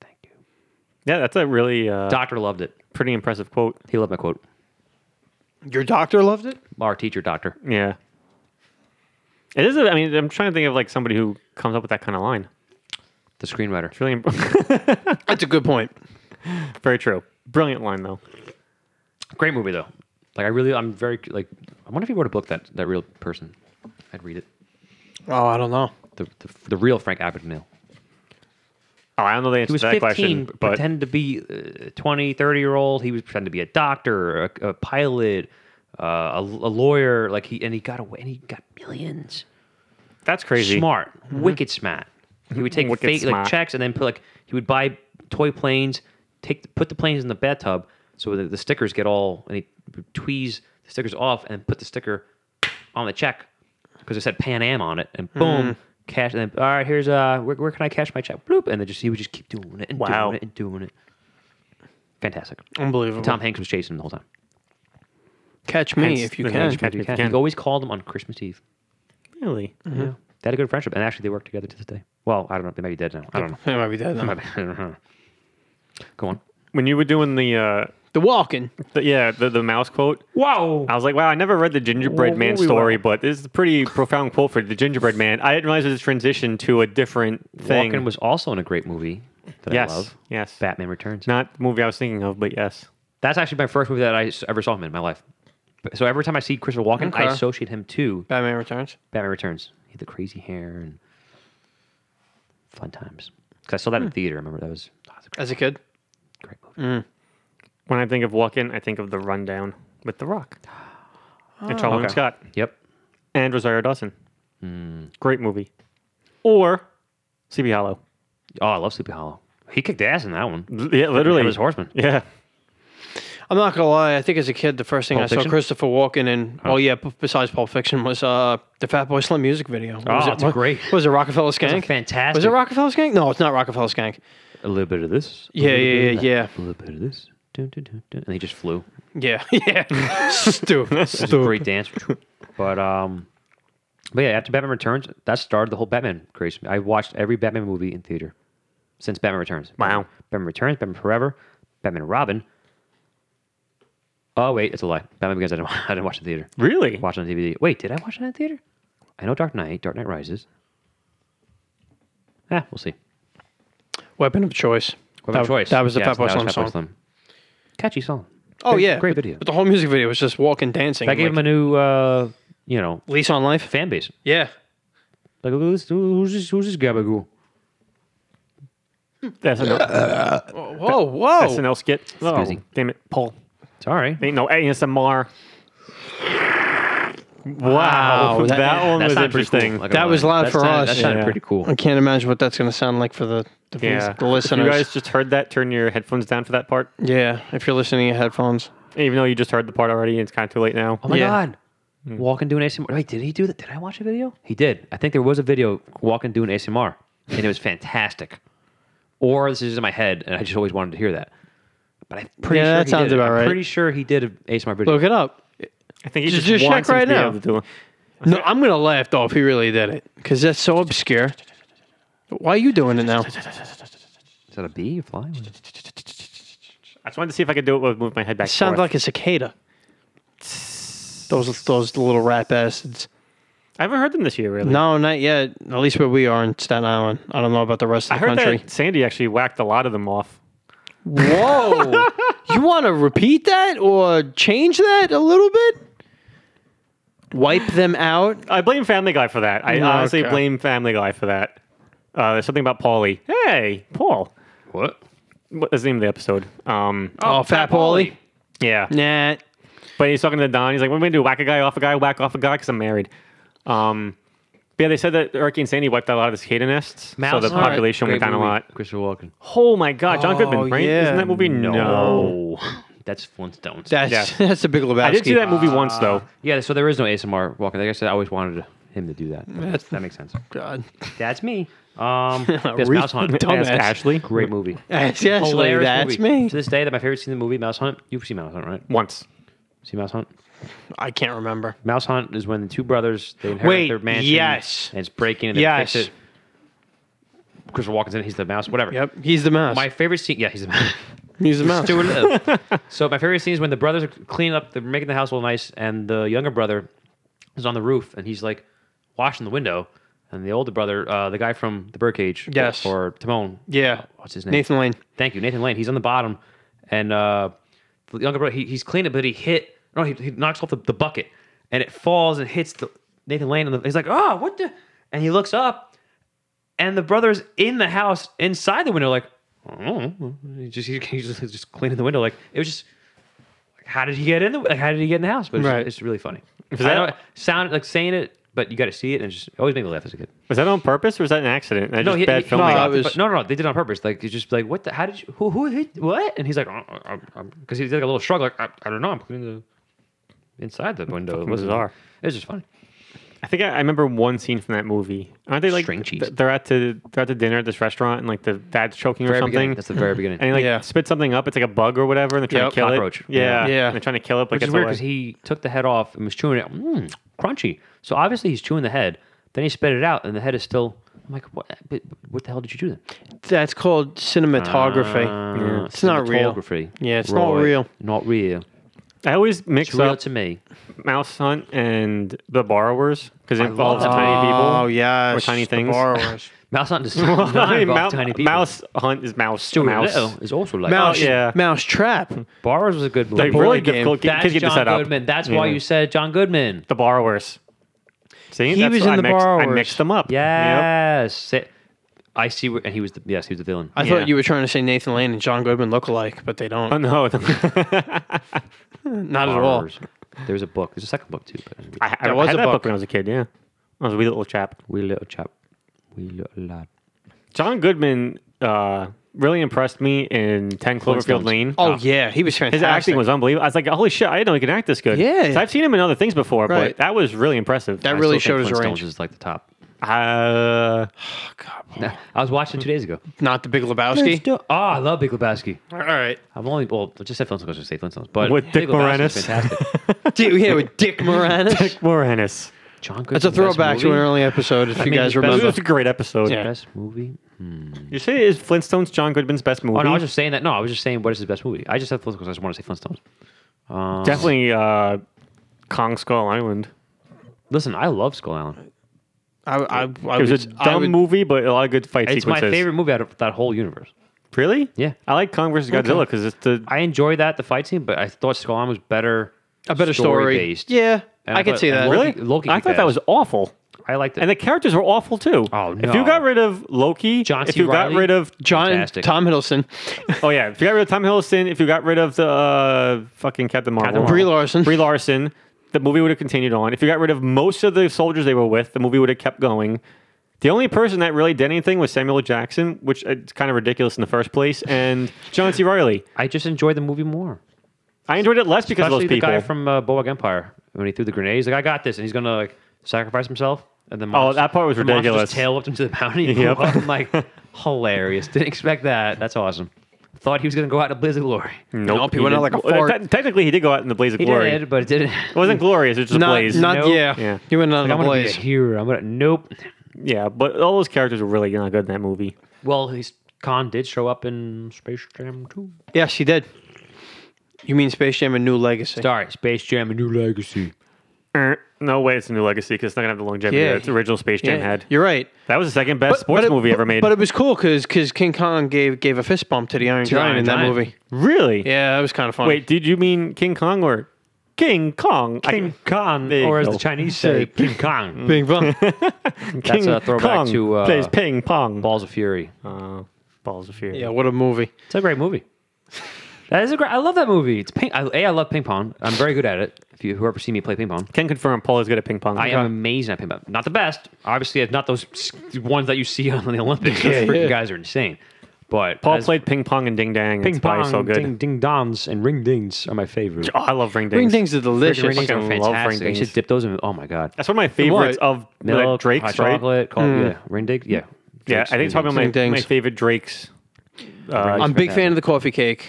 Thank you.
Yeah, that's a really uh,
Doctor loved it.
pretty impressive quote.
He loved my quote.
Your doctor loved it?
Our teacher, doctor.
Yeah. It is. A, I mean, I'm trying to think of like somebody who comes up with that kind of line.
The screenwriter.
It's really im-
That's a good point.
[laughs] very true. Brilliant line though.
Great movie though. Like I really, I'm very like. I wonder if he wrote a book that that real person. I'd read it.
Oh, I don't know.
The the, the real Frank Abagnale.
Oh, I don't know the answer
He was
to that
15,
question, but
pretended to be uh, 20, 30 year old. He was pretending to be a doctor, a, a pilot, uh, a, a lawyer. Like he and he got away and he got millions.
that's crazy. Mm-hmm.
Smart, wicked smart. He would take
Wicked
fake like
smart.
checks and then put like he would buy toy planes, take put the planes in the bathtub so that the stickers get all and he would tweeze the stickers off and put the sticker on the check because it said Pan Am on it and
Hmm.
boom. Cash and then all right. Here's uh, where, where can I cash my check? Bloop, and then just he would just keep doing it and
Wow. Oh.
doing it and doing it. Fantastic.
Unbelievable.
Tom Hanks was chasing him the whole time.
catch me
Hence
if you
the
can.
catch me if you
He
can.
always called him on Christmas Eve.
Really?
Yeah, they had a good friendship, and actually they work together to this day. Well, I don't know. They might be dead now. I don't know.
It might be
[laughs]
dead now.
uh-huh. Go on.
When you were doing the, uh,
The walking.
the yeah the, the mouse quote,
Wow.
I was like, wow, I never read the gingerbread
Well,
man
we
story, but this is a pretty profound quote for the gingerbread man. I didn't realize it was a transition to a different thing.
Walken was also in a great movie that
yes,
I love.
yes,
Batman Returns.
not the movie I was thinking of, but yes.
That's actually my first movie that I s- ever saw him in my life. But- So every time I see Christopher Walken,
Okay.
I associate him to
Batman Returns.
Batman Returns. He had the crazy hair and fun times. Because I saw that
Hmm.
in theater. I remember that was, that was a great,
As a kid.
great movie.
When I think of Walken, I think of The Rundown with The Rock and Charlie
Okay.
Scott
Mm.
Yep.
and Rosario Dawson. Great movie. Or Sleepy Hollow.
Oh, I love Sleepy Hollow. He kicked ass in that one.
L- Yeah, literally.
That was Horseman.
Yeah.
I'm not gonna lie. I think as a kid, the first thing
Pulp
I
Fiction?
saw Christopher Walken in, oh well, yeah, b- besides Pulp Fiction, was uh the Fat Boy Slim music video. What
Oh,
was
it's
what-
great.
what Was it Rockefeller
That's a
Skank?
fantastic.
Was it Rockefeller Skank? No, it's not Rockefeller Skank.
A little bit of this. a
Yeah,
little
yeah,
bit
yeah,
of that,
yeah.
A little bit of this. Dun, dun, dun, dun. And he just flew.
Yeah, [laughs] yeah.
[laughs]
Stupid.
It's a great dance. But um, but yeah, after Batman Returns, that started the whole Batman creation. I watched every Batman movie in theater since Batman Returns.
Wow.
Batman Returns, Batman Forever, Batman and Robin, Oh wait, it's a lie. Batman Begins. I didn't. [laughs] I didn't watch the theater.
Really?
Watch it on DVD. Wait, did I watch it on theater? I know Dark Knight. Dark Knight Rises. Ah, we'll see.
Weapon of choice.
What
that,
about choice?
That was the
Yes,
Fat Boy
that was
Slim
Fat Boy
song.
Slim. Catchy song.
Oh
Great-
yeah,
great
but-
video.
But the whole music video was just walking, dancing.
That gave him a
like,
new, uh, you know,
lease on life.
fan base.
Yeah.
Like, look at this- who's this? Who's this gabagool?
That's an, L-
Whoa, whoa.
that's an L skit. Oh,
Excuse me.
damn it, Paul.
Sorry.
Ain't no ASMR. Wow, that,
that-
one was
sounded pretty cool,
interesting.
not
That
gonna lie.
was loud for
sounded- That
us.
sounded
Yeah.
pretty cool.
I can't imagine what that's going to sound like for the the,
yeah,
the
If
listeners.
you guys just heard that. Turn your headphones down for that part.
yeah, if you're listening in headphones.
Even though you just heard the part already, it's kind of too late now.
[laughs] Oh my
Yeah.
god. Walking doing ASMR. Wait, did he do that? Did I watch a video? He did. I think there was a video walking doing ASMR, and it was fantastic. Or this is in my head, and I just always wanted to hear that. But I'm pretty
Yeah,
sure
that
he
sounds
did. it.
about
I'm
right.
Pretty sure he did an ASMR video.
Look it up.
I think you
Just-
just,
just
wants
check
him to
right
be
now.
able to do it.
No, I'm going to laugh though if he really did it because that's so obscure. Why are you doing it now?
Is that a bee? A fly?
I just wanted to see if I could do it with move my head back.
It sounds
forth.
like a cicada. Those those little rat bastards.
I haven't heard them this year. Really,
No, not yet. At least where we are in Staten Island. I don't know about the rest
I
of the
heard
country.
that Sandy actually whacked a lot of them off.
Whoa! [laughs] you want to repeat that or change that a little bit? Wipe them out.
I blame Family Guy for that. I
Mm,
honestly
okay.
blame Family Guy for that. Uh, there's something about Paulie. Hey, Paul.
What?
What is the name of the episode? Um,
Oh, Fat Paulie.
yeah.
Nah.
But he's talking to Don. He's like, "What am I gonna do? Whack a guy off a guy? Whack off a guy? Because I'm married." Um, but yeah, they said that Erky and Sandy wiped out a lot of the cicada nests, so the
All right.
population
Great
went down
movie.
a lot.
Christopher Walken.
Oh my God, John Goodman, right?
yeah.
Isn't that movie? No.
That's Flintstones.
That's
Yeah.
[laughs] that's the Big Lebowski.
I did see that movie once though.
yeah, so there is no ASMR Walken. Like I said, I always wanted him to do that. that makes sense.
God.
That's me.
[laughs]
Um, that's
Real
Mouse Hunt.
dumbass.
Ask Ashley
Great movie.
That's, that's,
Hilarious
that's
movie.
me.
To this day, that my favorite scene in the movie Mouse Hunt. You've seen Mouse Hunt, right?
once.
See Mouse Hunt.
I can't remember.
Mouse Hunt is when the two brothers they inherit
Wait,
their mansion.
yes.
and it's breaking. And they
Yes.
fix it. Christopher Walken's in. it, He's the mouse. Whatever.
Yep, he's the mouse.
My favorite scene. Yeah, he's the [laughs] mouse.
he's the mouse.
Stuart Little. so my favorite scene is when the brothers are cleaning up, they're making the house all nice, and the younger brother is on the roof and he's like washing the window, and the older brother, uh, the guy from the Birdcage,
Yes.
or Timon,
Yeah.
what's his name?
Nathan Lane.
Thank you, Nathan Lane. He's on the bottom, and uh, the younger brother he, he's cleaning, but he hit. No, he, he knocks off the, the bucket, and it falls and hits the Nathan Lane. And the, he's like, "Oh, what the?" And he looks up, and the brother's in the house inside the window, like, "Oh," he just he, he's just, just cleaning the window. Like it was just. like, How did he get in the? Like, how did he get in the house? But it's,
Right.
it's really funny.
Is
I
that-
don't sound like saying it, but you got to see it, and it just it always made me laugh as a kid.
Was that on purpose or was that an accident? That
No,
just
he,
bad
he-
filming.
no,
No,
it was-
but- no, no, no, they did it on purpose. Like it's just like what? The, how did you? Who? Who? hit what? And he's like, "Uh, because he did like a little shrug, like I, I don't know. I'm putting the inside the window. It was
bizarre.
It was just funny.
I think I, I remember one scene from that movie. Aren't they like
String cheese.
th- they're at to they're at the dinner at this restaurant and like the dad's choking or
Very
something.
beginning. That's the very
[laughs]
beginning.
and he like
Yeah.
spits something up. It's like a bug or whatever, and they're trying
Yep.
to kill
Cockroach.
it. Yeah,
Yeah.
And they're trying to kill it, but
Which
gets
is weird
away.
because he took the head off and was chewing it, mm, crunchy. So obviously he's chewing the head. Then he spit it out, and the head is still. I'm like, what? But what the hell did you do then?
That's called cinematography.
Uh,
It's not real.
cinematography.
Yeah, it's not
Roy.
real.
Not real.
I always mix
It's real
up
to me.
Mouse Hunt and The Borrowers because it
love
involves
that.
tiny [laughs]
Oh
people.
yeah,
Or tiny things. [laughs]
Borrowers.
Mouse not just not
Mou-
about tiny people.
Mouse Hunt is mouse.
Stuart
mouse.
Little is also like
mouse.
Oh, yeah.
Mouse trap.
Borrowers was a good movie.
Like really
board game.
difficult
That's
because you have to
John
set up.
Goodman. That's why
Yeah.
you said John Goodman.
The Borrowers. See,
He
That's
was
why
in The
I mixed, I
Borrowers.
mixed them up. Yep.
Yes. It- I see. Where, and he was the yes, he was the villain.
I
Yeah.
thought you were trying to say Nathan Lane and John Goodman look alike, but they don't.
Oh no!
Not
Borrowers. There's a book. There's a second book too. But I didn't read it.
I, I
There was
had
a
that
book.
book when I was a kid. Yeah, I was a wee little chap.
wee little chap, wee little lad.
John Goodman uh, really impressed me in Ten Cloverfield
Flintstones.
Lane.
Oh yeah, he was fantastic.
His acting was unbelievable. I was like, holy shit! I didn't know he could act this good.
Yeah.
So I've seen him in other things before,
Right.
but that was really impressive.
That
I
really
still think
showed his
Flintstones
range.
Is like the top. [laughs]
Uh,
Nah, I was watching two days ago.
not the Big Lebowski.
Oh, I love Big Lebowski.
All right,
I've only well, I just said Flintstones. I should say Flintstones, but
With
Big
Dick
Lebowski
Moranis.
is fantastic.
Dude, yeah, with Dick Moranis.
[laughs] Dick Moranis.
John Goodman.
That's a throwback to an early episode, if you
mean,
guys
his best-
That
remember.
was a great episode.
Yeah.
Best movie.
You say is
Oh,
Flintstones John Goodman's best movie?
Oh no, I was just saying that. No, I was just saying what is his best movie. I just said Flintstones. I just want to say Flintstones. Um,
Definitely uh, Kong Skull Island.
Listen, I love Skull Island.
I, I, I
It was
would,
a
I
dumb
would,
movie, but a lot of good fight
It's my
sequences.
favorite movie out of that whole universe.
Really?
Yeah.
I like Kong versus Godzilla because it's the
I enjoy that the fight scene, but I thought Skull Island was better.
a better story.
based.
Yeah,
And
I
I
can
thought-
see
and
that.
Really?
really
Loki
I
kicked
thought that
ass.
was awful,
I liked it.
and the characters were awful too.
Oh,
If you got
no.
rid of Loki,
John
if
C.
you
Reilly?
got rid of
John
Fantastic.
Tom Hiddleston,
oh yeah, if you got rid of Tom Hiddleston, if you got rid of the uh, fucking Captain Marvel,
Marvel.
Brie Larson.
Brie Larson, the movie would have continued on. If you got rid of most of the soldiers they were with, the movie would have kept going. The only person that really did anything was Samuel L. Jackson, which uh, it's kind of ridiculous in the first place, and John C. Riley.
I just enjoyed the movie more.
I enjoyed it less because
Especially
of those
the
people.
guy from uh, Boag Empire when he threw the grenade. He's like, I got this, and he's gonna like sacrifice himself. And then
Oh, that part was ridiculous.
Tail whipped into the bounty.
[laughs]
And
Yep.
blew up. I'm like, hilarious. Didn't expect that. That's awesome. Thought he was gonna go out in a blaze of glory.
Nope, he went out like a
Well,
fart.
te- technically, he did go out in the blaze of
He
Mm. glory.
did, but it didn't.
It wasn't glorious. It was just
not,
a blaze.
not
Nope.
yeah.
Yeah.
He went on
Like, [laughs] I'm
a
gonna be a
blaze.
hero. I'm gonna nope.
Yeah, but all those characters were really not good in that movie.
Well, he's Khan did show up in Space Jam 2.
Yes, he did. You mean Space Jam: A New Legacy?
Sorry, Space Jam: A New Legacy.
Er, No way, it's a new legacy because it's not gonna have the longevity
Yeah.
that its original Space Jam
Yeah,
had.
You're right.
That was the second best sports
it-
movie ever made.
But it was cool because King Kong gave gave a fist bump to the Iron Giant
Iron
in that
Giant.
movie.
really?
Yeah, that was kind of funny.
Wait, did you mean King Kong or King Kong? I-
King Kong,
There you
or as
go.
the Chinese say, King Kong. [laughs]
Bing Bong.
King
a throwback
Kong
to, uh,
plays ping pong.
Balls of Fury.
Uh, balls of fear.
yeah, what a movie.
It's a great movie. That is a great. I love that movie. It's ping. I, a, I love ping pong. I'm very good at it. If you whoever see me play ping pong,
Can confirm Paul is good at ping pong.
I am amazing at ping pong. Not the best, obviously. It's not those s- ones that you see [laughs] on the Olympics. Those freaking guys are insane. But
Paul
as-
played ping pong and ding dang.
ping
that's why
pong.
he's so good.
Ding ding dongs and ring dings are my favorite.
Oh, I love ring dings.
Ring things are delicious.
Ring dings are
fucking love
fantastic.
ring
You should
dings.
dip those in. Oh my god.
That's one of my favorites of
Milk,
like, Drake's,
hot
right? Mm.
chocolate, coffee, yeah, ring dig, yeah.
Yeah,
Drake's
I think it's
ring
probably
digs.
my,
Dings.
my favorite Drake's. Uh,
I'm a big
fantastic.
fan of the coffee cake.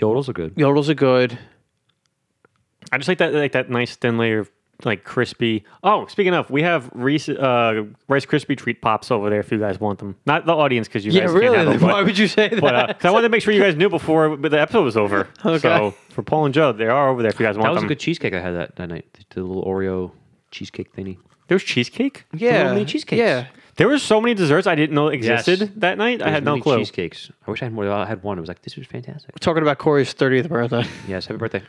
Yodels are good.
Yodels are good.
I just like that like that nice thin layer of like crispy. Oh, speaking of, we have Reese, uh, Rice Krispie treat pops over there if you guys want them. Not the audience because you
Yeah,
guys
really.
can't
[laughs]
[laughs]
have them,
Why
but-
would you say that?
but because I wanted to make sure you guys knew before the episode was over.
Okay.
So for Paul and Joe, they are over there if you guys want
Oh, That was a
them.
good cheesecake I had that, that night. The little Oreo cheesecake thingy.
There's cheesecake.
yeah,
mini cheesecakes.
Yeah,
There were so many desserts I didn't know
Yes.
existed that night. I
Those
had no
mini
clue.
Cheesecakes. I wish I had more. I had one. It was like this was fantastic.
talking about Corey's 30th birthday.
Yes. Happy birthday.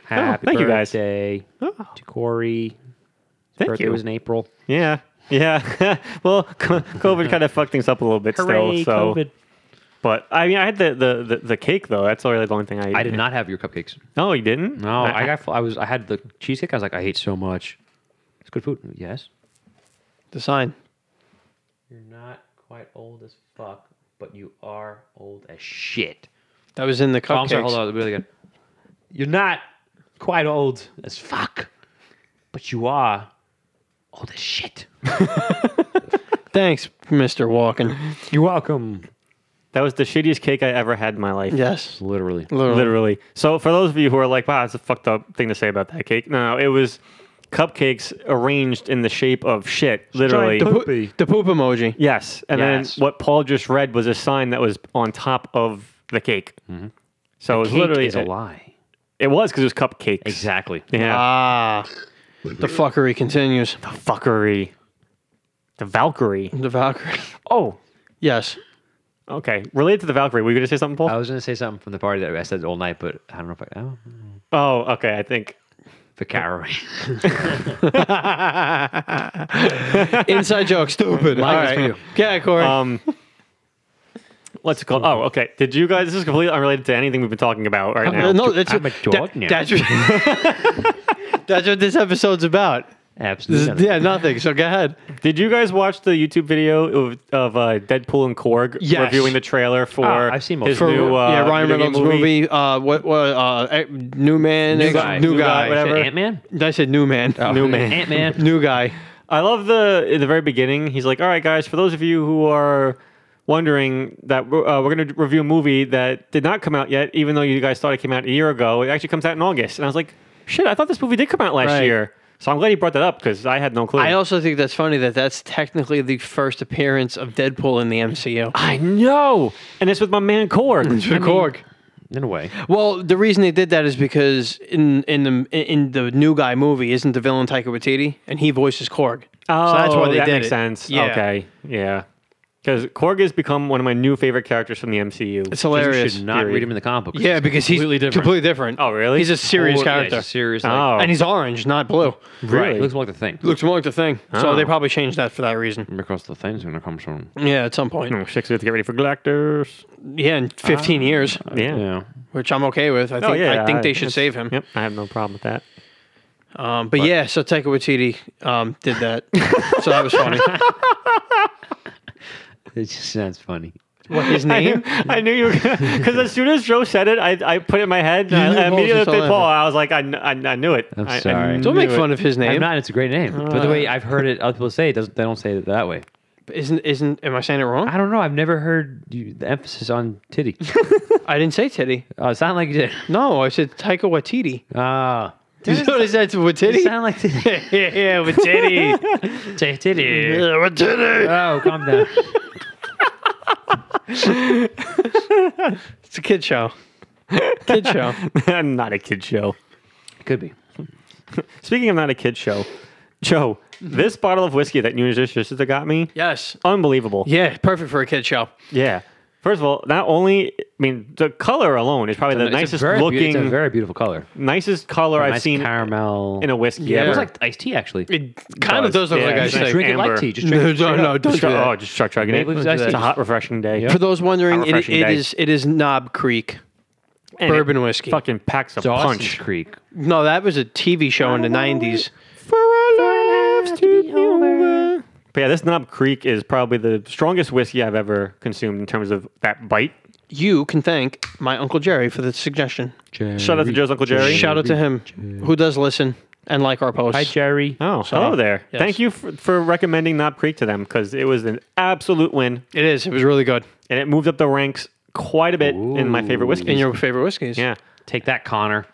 Oh,
Happy
thank you, guys. Oh.
birthday to Corey. His
Thank
birthday
you.
was in April.
Yeah. Yeah. [laughs] well, co- COVID kind of fucked things up a little bit
Hooray,
still. So,
COVID.
but I mean, I had the, the, the, the cake though. That's really the only thing I. ate.
I did not have your cupcakes.
No, you didn't.
No, I got. I was. I had the cheesecake. I was like, I hate so much. It's good food. Yes.
The sign.
You're not quite old as fuck, but you are old as shit.
That was in the
Oh, I'm sorry. Hold
cupcakes.
on. Really good. You're not quite old as fuck, but you are old as shit.
Thanks, Mr. Walken.
You're welcome.
That was the shittiest cake I ever had in my life.
Yes.
Literally.
Literally.
Literally. So for those of you who are like, wow, that's a fucked up thing to say about that cake. No, it was cupcakes arranged in the shape of shit. Literally.
Giant
Poop-
poopy.
the poop emoji.
yes. And
Yes.
then what Paul just read was a sign that was on top of the cake. So it was
Cake
literally
is a lie.
It was because it was cupcakes.
Exactly.
Yeah.
Ah, the fuckery continues.
the fuckery. The Valkyrie.
The Valkyrie.
Oh.
Yes.
Okay. Related to the Valkyrie, were you gonna say something, Paul?
I was gonna say something from the party that I said all night, but I don't know if I. Oh,
oh, okay. I think.
the Carol. [laughs]
Inside joke. Stupid. All
Mine is for
right.
you.
Yeah, Corey.
Um What's it called? Oh, okay. Did you guys? This is completely unrelated to anything we've been talking about right now.
Uh, no, that's
I'm a
what-
dog now.
that's what, that's what this episode's about. This is,
Absolutely.
yeah, nothing. So go ahead.
Did you guys watch the YouTube video of, of uh, Deadpool and Korg
Yes.
reviewing the trailer for
Ah, I've seen most
his
of it.
new uh,
yeah, Ryan
video game
Reynolds movie. uh, what? What? Uh, eh, new man.
New
ex-
guy.
New
New
guy,
guy.
whatever.
Ant Man.
I said new man.
New man.
Ant
[laughs]
Man.
New guy.
I love the in the very beginning. He's like, "All right, guys, for those of you who are wondering that we're, uh, we're going to review a movie that did not come out yet, even though you guys thought it came out a year ago, it actually comes out in August." And I was like, "Shit, I thought this movie did come out last
Right.
year." So I'm glad you brought that up because I had no clue.
I also think that's funny that that's technically the first appearance of Deadpool in the MCU.
I know, and it's with my man Korg.
Korg.
in a way.
Well, the reason they did that is because in in the in the new guy movie, isn't the villain Taika Waititi, and he voices Korg.
Oh,
so that's why they
that
did
makes
it.
sense.
Yeah.
Okay, yeah. Because Korg has become one of my new favorite characters from the MCU.
It's
You
hilarious.
should not
Period.
read him in the comic book.
Yeah, because he's completely different.
Oh, really?
He's a
Or- yeah, he's
serious character,
a serious. Like,
oh,
and he's orange, not blue.
right.
really?
Looks more like the thing.
Looks more like the thing.
Mm-hmm. Oh. Mm-hmm.
So they probably changed that for that reason.
Because the thing's going to come from.
Yeah, at some point.
Hmm, Shakespeare to get ready for Galactus.
Yeah, in 15 years,
Mm-hmm. Ah. Yeah. Oh,
Yeah.
which I'm okay with. I think
yeah,
I think
I-
they should
it's-
save him.
Yep, I have no problem with
[laughs]
that.
Um, but, yeah, so Taika Waititi um, did
[laughs]
that. so that was funny.
It just sounds funny.
What his name?
[laughs] I knew you because as soon as Joe said it, I, I put it in my head. And
You knew
I, I
Paul
immediately
just
looked at
all
Paul. I was like, I, kn- I, I knew it.
I'm
I- I
sorry.
knew
Don't make
it.
fun of his
I'm
name.
not. It's a great name. Uh. but the way I've heard it, other people say it. Doesn't, they don't say it that way.
Isn't isn't? Am I saying it wrong?
I don't know. I've never heard you, the emphasis on [laughs] titty.
I didn't say titty.
oh, it sounded like you did.
No, I said Taika Waititi.
[laughs]
Uh,
Ah,
[laughs] You know what I said?
it
Waititi.
sounded like titty.
yeah, yeah, Waititi.
[laughs] Say titty.
yeah, Waititi.
Oh, calm down.
It's a kid
[laughs]
show. Kid show.
I'm [laughs] not a kid show.
Could be.
Speaking of not a kid show, Joe, this bottle of whiskey that you and your sister got me,
Yes.
unbelievable.
Yeah, perfect for a kid show.
Yeah. First of all, not only I mean the color alone is probably the
It's a
nicest
very beau-
looking,
It's a very beautiful color.
nicest color I've
nice
seen
caramel
in a whiskey
Yeah.
It
ever.
looks like iced tea, actually.
It kind of
does.
does look
Yeah,
like I
it's
just
like
say.
drink it
amber.
like tea. Just drink
No,
it.
no, no, don't
Just
do
chug- oh,
that.
just start chugging it.
Maple iced
It's a
tea.
hot, refreshing day.
For those wondering, it,
refreshing
it
day.
is it is Knob Creek
And it
bourbon whiskey.
Fucking packs a
Dawson's
punch.
Creek.
No, that was a TV show in the nineties.
For our lives to be over. But yeah, this Knob Creek is probably the strongest whiskey I've ever consumed in terms of that bite.
You can thank my Uncle Jerry for the suggestion.
Shout
Mm-hmm.
out to Joe's Uncle Jerry.
Shout out to him who does listen and like our posts.
Hi, Jerry.
Oh, hello there.
yes.
Thank you for, for recommending Knob Creek to them because it was an absolute win
It is. It was really good.
and it moved up the ranks quite a bit in my favorite whiskey.
In your favorite whiskeys.
yeah.
Take that, Connor.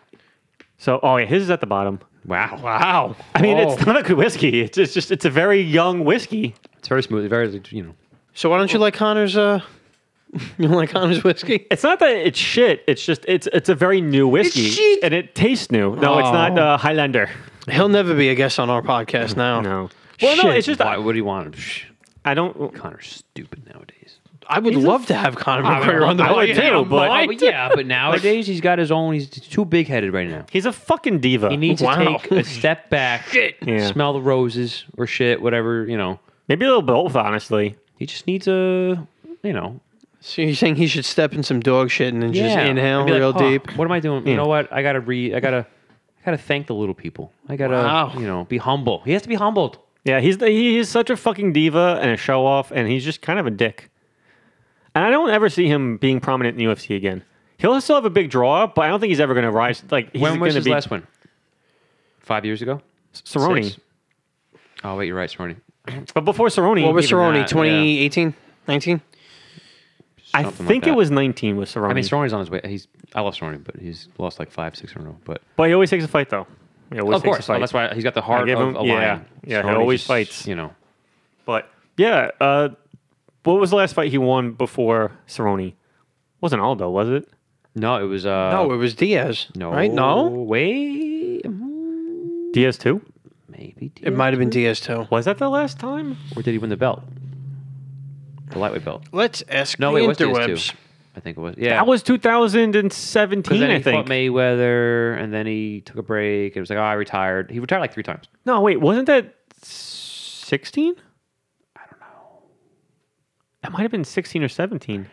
So, oh yeah, his is at the bottom.
Wow.
Wow.
I mean, it's not a good whiskey. It's just, just it's a very young whiskey.
It's very smooth. Very, you know.
so why don't you like Connor's uh [laughs] you don't like Connor's whiskey?
It's not that it's shit. It's just it's it's a very new whiskey
shit. Oh.
and it tastes new. No, it's not uh, Highlander.
He'll never be a guest on our podcast now.
No. Well, no,
Shit.
it's just
Why, what do you want? Psh,
I don't.
Connor's stupid nowadays.
I would love to have Connor McGregor on the
I would
podcast.
too, but
Oh,
[laughs]
but yeah, but nowadays he's got his own. He's too big headed right now.
he's a fucking diva.
He needs to
Wow.
take a step back,
Yeah.
smell the roses or shit, whatever you know.
Maybe a little both, honestly.
He just needs a, you know,
So you're saying he should step in some dog shit and then just
yeah.
inhale
And be like,
real
"Huh,
deep?
What am I doing? You know what? I gotta re. I gotta. I gotta thank the little people. I gotta,
Wow.
you know, be humble. He has to be humbled.
Yeah, he's the, he is such a fucking diva and a show off, and he's just kind of a dick. And I don't ever see him being prominent in the UFC again. He'll still have a big draw, but I don't think he's ever going to rise. Like he's
when
going
was
to
his
be
last win? Five years ago.
Cerrone.
Six. Oh wait, you're right, Cerrone.
But before Cerrone,
What was
Even
Cerrone?
that,
2018? 19?
I
Something like
think
that.
it was 19 with Cerrone.
I mean, Cerrone's on his way. He's I love Cerrone, but he's lost like five, six in a row. But
but he always takes a fight though. He always
of
takes a
course,
fight.
oh, that's why he's got the heart
give
of
him-
a lion.
yeah. Yeah, he
Cerrone
always
just,
fights.
You know,
But yeah, uh, what was the last fight he won before Cerrone? Wasn't Aldo, was it?
no, it was uh,
No, it was Diaz.
no,
Right? No?
way, Mm,
Diaz too.
maybe
It
Diaz.
might have been Diaz too.
Was that the last time?
or did he win the belt, the lightweight belt?
Let's ask
No,
the
it was Diaz
interwebs.
too. I think it was. Yeah,
That was 2017,
because then
I
he
think.
fought Mayweather, and then he took a break. It was like, oh, I retired. He retired like three times.
No, wait, wasn't that 16? I don't know. That might have been 16 or 17.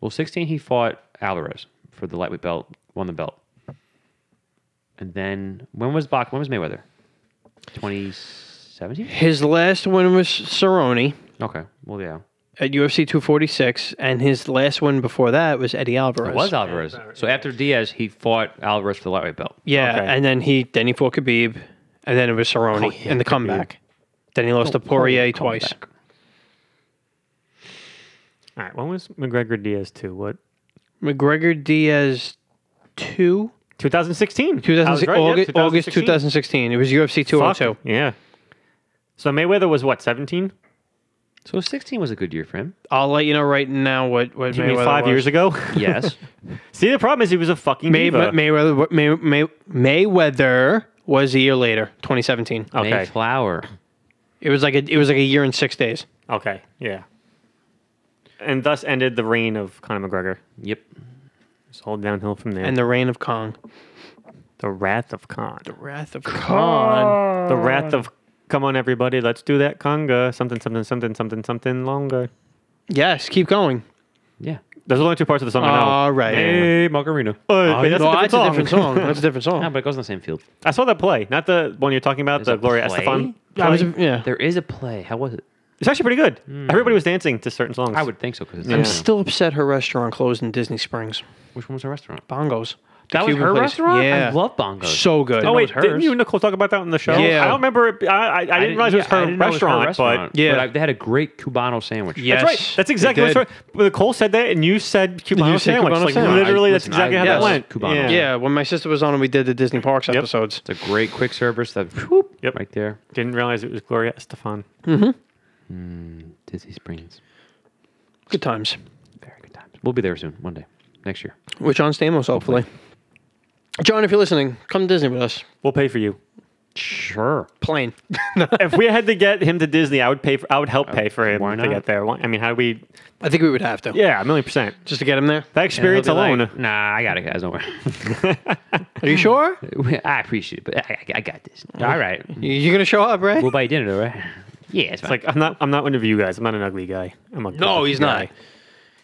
Well, 16, he fought Alvarez for the lightweight belt, won the belt. And then when was Bach? When was Mayweather? 2017?
His last win was Cerrone
Okay. Well, yeah.
at UFC 246, and his last win before that was Eddie Alvarez.
It was Alvarez. So after Diaz, he fought Alvarez for the lightweight belt.
Yeah,
Okay. Oh,
and then he then he fought Khabib, and then it was Cerrone in the comeback. Then he lost to Poirier twice.
Comeback.
All right, when was McGregor Diaz 2? What?
McGregor Diaz two.
2016.
2006,
I was right, yeah,
August, August 2016. It was UFC
Fuck,
202.
Yeah. So Mayweather was what, 17?
So 16 was a good year
[laughs]
for him.
I'll let you know right now what what
You mean
Mayweather
five
was.
years
[laughs]
ago?
Yes.
See, the problem is he was a fucking
May,
diva.
Mayweather May, May, Mayweather was a year later, 2017.
okay.
Mayflower.
It was like a it was like a year and six days.
Okay. Yeah. And thus ended the reign of Conor McGregor.
Yep.
It's all downhill from there.
And the reign of Kong,
the wrath of Khan.
wrath of Kong.
The wrath of come on everybody, let's do that conga. Something, something, something, something, something longer.
Yes, keep going.
Yeah.
Those are the only two parts of the song I know.
All right.
Yeah.
Macarena.
Oh, wait, that's,
No,
a different
that's a different
song.
song. That's a different [laughs]
Yeah,
song.
but it goes in the same field.
[laughs] I saw that play, not the one you're talking about,
There's
the
a
Gloria
play?
Estefan.
That was a- yeah.
There is a play. How was it?
It's actually pretty good. Everybody was dancing to certain songs.
Hmm. I would think so because
I'm still upset her restaurant closed in Disney Springs.
Which one was her restaurant?
Bongos. The
That was
Cuban
her
place.
restaurant.
Yeah.
I love bongos.
So good.
Oh
know it
wait,
was
didn't
hers.
you and Nicole talk about that on the show?
Yeah.
I don't remember. It, I, I, I didn't realize it was
yeah, I
her
didn't know it was
restaurant,
restaurant,
but
Yeah.
I- they had a great Cubano sandwich.
Yes.
That's right. That's
they
exactly what's
did.
right. Nicole said that, and you said Cubano
You said
sandwich.
Cubano
like
sandwich.
literally,
I-
that's
listen,
exactly
I
how that
love
went.
Cubano.
Yeah.
Yeah, when my sister was on and we did the Disney Parks episodes.
It's a great quick service. That whoop,
Yep.
right there.
Didn't realize it was Gloria Estefan.
Disney Springs.
Good times.
Very good times. We'll be there soon, one day, next year.
With John Stamos, hopefully. John, if you're listening, come to Disney with us.
We'll pay for you.
Sure.
Plane. [laughs]
if we had to get him to Disney, I would pay. For, I would help pay for him
Oh, why
to
not?
get there. Why- I mean, how do we?
I think we would have to.
Yeah, a million percent.
Just to get him there.
That experience
He'll be
alone.
like, nah, I got it, guys. Don't
Are you sure?
worry. [laughs] I appreciate it, but I, I, I got this. All right.
You- You're gonna show up, right?
We'll buy dinner, though, right? Yeah,
it's
it's fine.
like I'm not. I'm not one of you guys. I'm not an ugly guy. I'm a
no,
good
he's
guy.
not.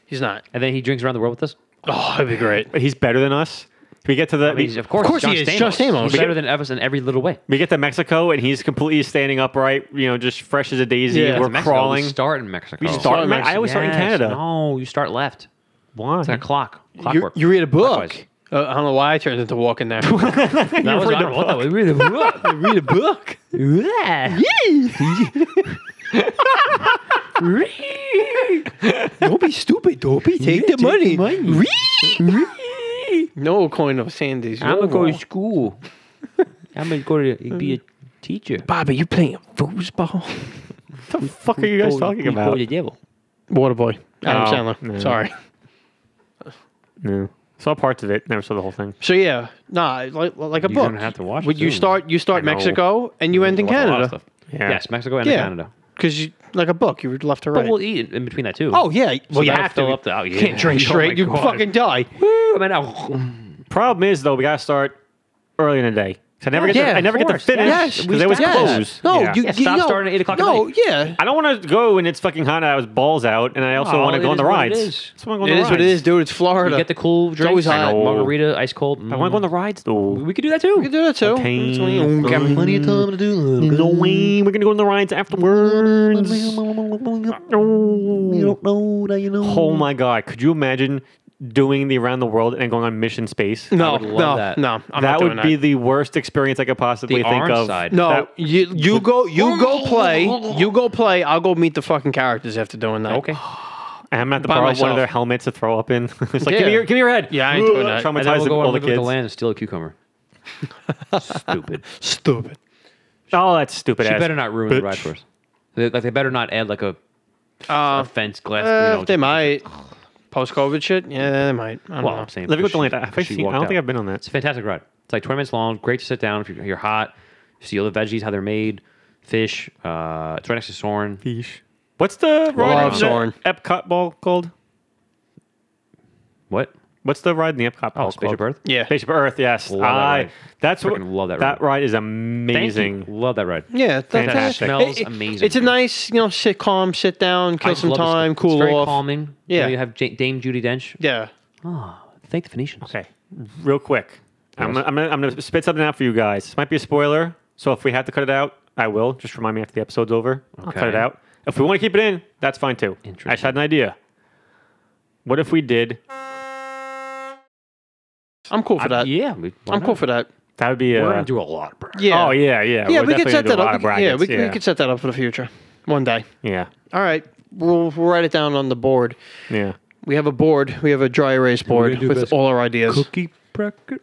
He's not.
and then he drinks around the world with us.
Oh, that'd be great.
But he's better than us. We get to the.
I mean,
we,
of course,
of course
John
he is.
Stamos.
John Stamos.
He's better than us in every little way.
we get to Mexico, and he's completely standing upright. You know, just fresh as a daisy.
Yeah.
We're
Mexico,
crawling.
We start in Mexico.
We Oh. start in
Sorry,
Mexico. I always start in
Yes,
Canada.
No, you start left.
Why?
It's like a clock.
You,
Clockwork.
you read a book.
Clockwise.
Uh, I don't know why I turned into walking [laughs] there.
That was, I don't know what that was. Read a book.
[laughs]
read a book.
Yeah.
Don't be stupid, Dopey. Take the money. No coin of sandies.
I'm
no
gonna go to
wall.
school. I'm gonna go to be a teacher.
Bobby, you playing foosball?
What the fuck are you guys
Go-
talking
we go
about?
to the devil.
Waterboy. Adam
Oh,
Sandler.
no.
Sorry.
No. Saw parts of it. Never saw the whole thing.
So yeah, nah, like, like a
You're
book.
gonna have to watch
Would
it
you
soon.
start? You start
I know.
Mexico and you end in
There's a lot- a lot of
Canada
stuff.
Yeah.
Yes, Mexico and
Yeah.
Canada.
because you like a book. You read left to right.
But we'll eat in between that too.
oh yeah, well you
that'll
have
fill
to.
up the- oh,
You
yeah.
can't drink
Oh,
straight.
my
you
God.
fucking die.
I mean, I-
Problem is though, we gotta start early in the day. 'Cause I never get.
Yeah,
To, I
of
never get to
course.
finish.
Yes,
because they always close.
Yes. No,
Yeah.
you,
Yeah,
you
stop
no,
starting at 8 o'clock at
No,
night.
yeah.
I don't want to go when it's fucking hot and I was balls out, and I also
Oh,
want to
it
go on
is
the
what it
rides.
is.
I just wanna go on
It
the
is what it
rides.
is, dude. It's Florida.
you get the cool drinks.
always hot.
I know. Margarita, ice cold.
I want to go on the rides though.
We could do that too.
You can do that too.
Pain.
It's when you-
plenty of time to do
No way. We're gonna go on the rides afterwards.
You don't know that you know.
Oh my god! Could you imagine doing the around the world and going on mission space?
No,
I would love
no,
that.
no.
that
I'm not
would
doing
be
that.
the worst experience I could possibly
The
think
orange
of.
side.
No,
that-
you you go you go play you go play. I'll go meet the fucking characters after doing that.
Okay.
And I'm gonna have to
By
borrow one
myself.
of their helmets to throw up in. [laughs] it's like, give
Yeah.
me your, give me your head.
Yeah, I ain't doing that.
And then
Traumatize
we'll go
all
on
the
the, the
kids.
land and steal
[laughs]
a cucumber. Stupid.
Stupid.
Oh, that's stupid.
[laughs] She
ass.
better not ruin the
bitch.
ride for us. They, like they better not add like a, a
Uh,
fence glass.
uh,
you know,
they might post COVID shit. Yeah, they might. I don't
Well,
know.
I'm saying
Living with
she-
the land. Have I,
she
seen, I
walked
don't think
out.
I've been on
It's
that.
a fantastic ride. It's like 20 minutes long. Great to sit down if you're, you're hot. You see all the veggies how they're made. Fish. Uh, it's right next to Soren.
What's the ride
Love
in
Zorn.
the Epcot ball called?
What?
What's the ride in the Epcot ball
Oh, Spaceship
called?
Earth.
Yeah.
Spaceship Earth. Yes,
Love that
I.
ride.
That's what.
Freaking love that
That
ride.
ride is
Thank you.
amazing.
Love that ride.
Yeah, that,
Fantastic.
It smells amazing.
It's a nice, you know, sit calm, sit down,
I
kill
just
some
love this-
time, cool
It's very
off.
calming. You,
Yeah.
know, you have J- Dame Judy Dench.
Yeah,
Oh, thank the Phoenicians.
Okay, real quick. I'm,
Yes.
gonna, I'm, gonna, I'm gonna spit something out for you guys. This might be a spoiler, so if we had to cut it out, I will. Just remind me after the episode's over. I'll cut it
Okay.
out. If we want to keep it in, that's fine too. I just
Interesting.
had an idea. What if we did?
I'm cool for
I-
that.
yeah, Oh, we, why
I'm cool
not?
for that.
That would be.
We're
Uh,
gonna do a lot, bro.
Yeah.
Oh yeah, yeah.
Yeah,
We're
we could
definitely
set
gonna
that
do a lot
up.
of
We could- yeah, we,
brackets,
could- we could set that up for the future, one day.
yeah,
All right, we'll, we'll write it down on the board.
yeah.
We have a board. We have a dry erase board
gonna do
with
best
all our ideas.
Cookie bracket.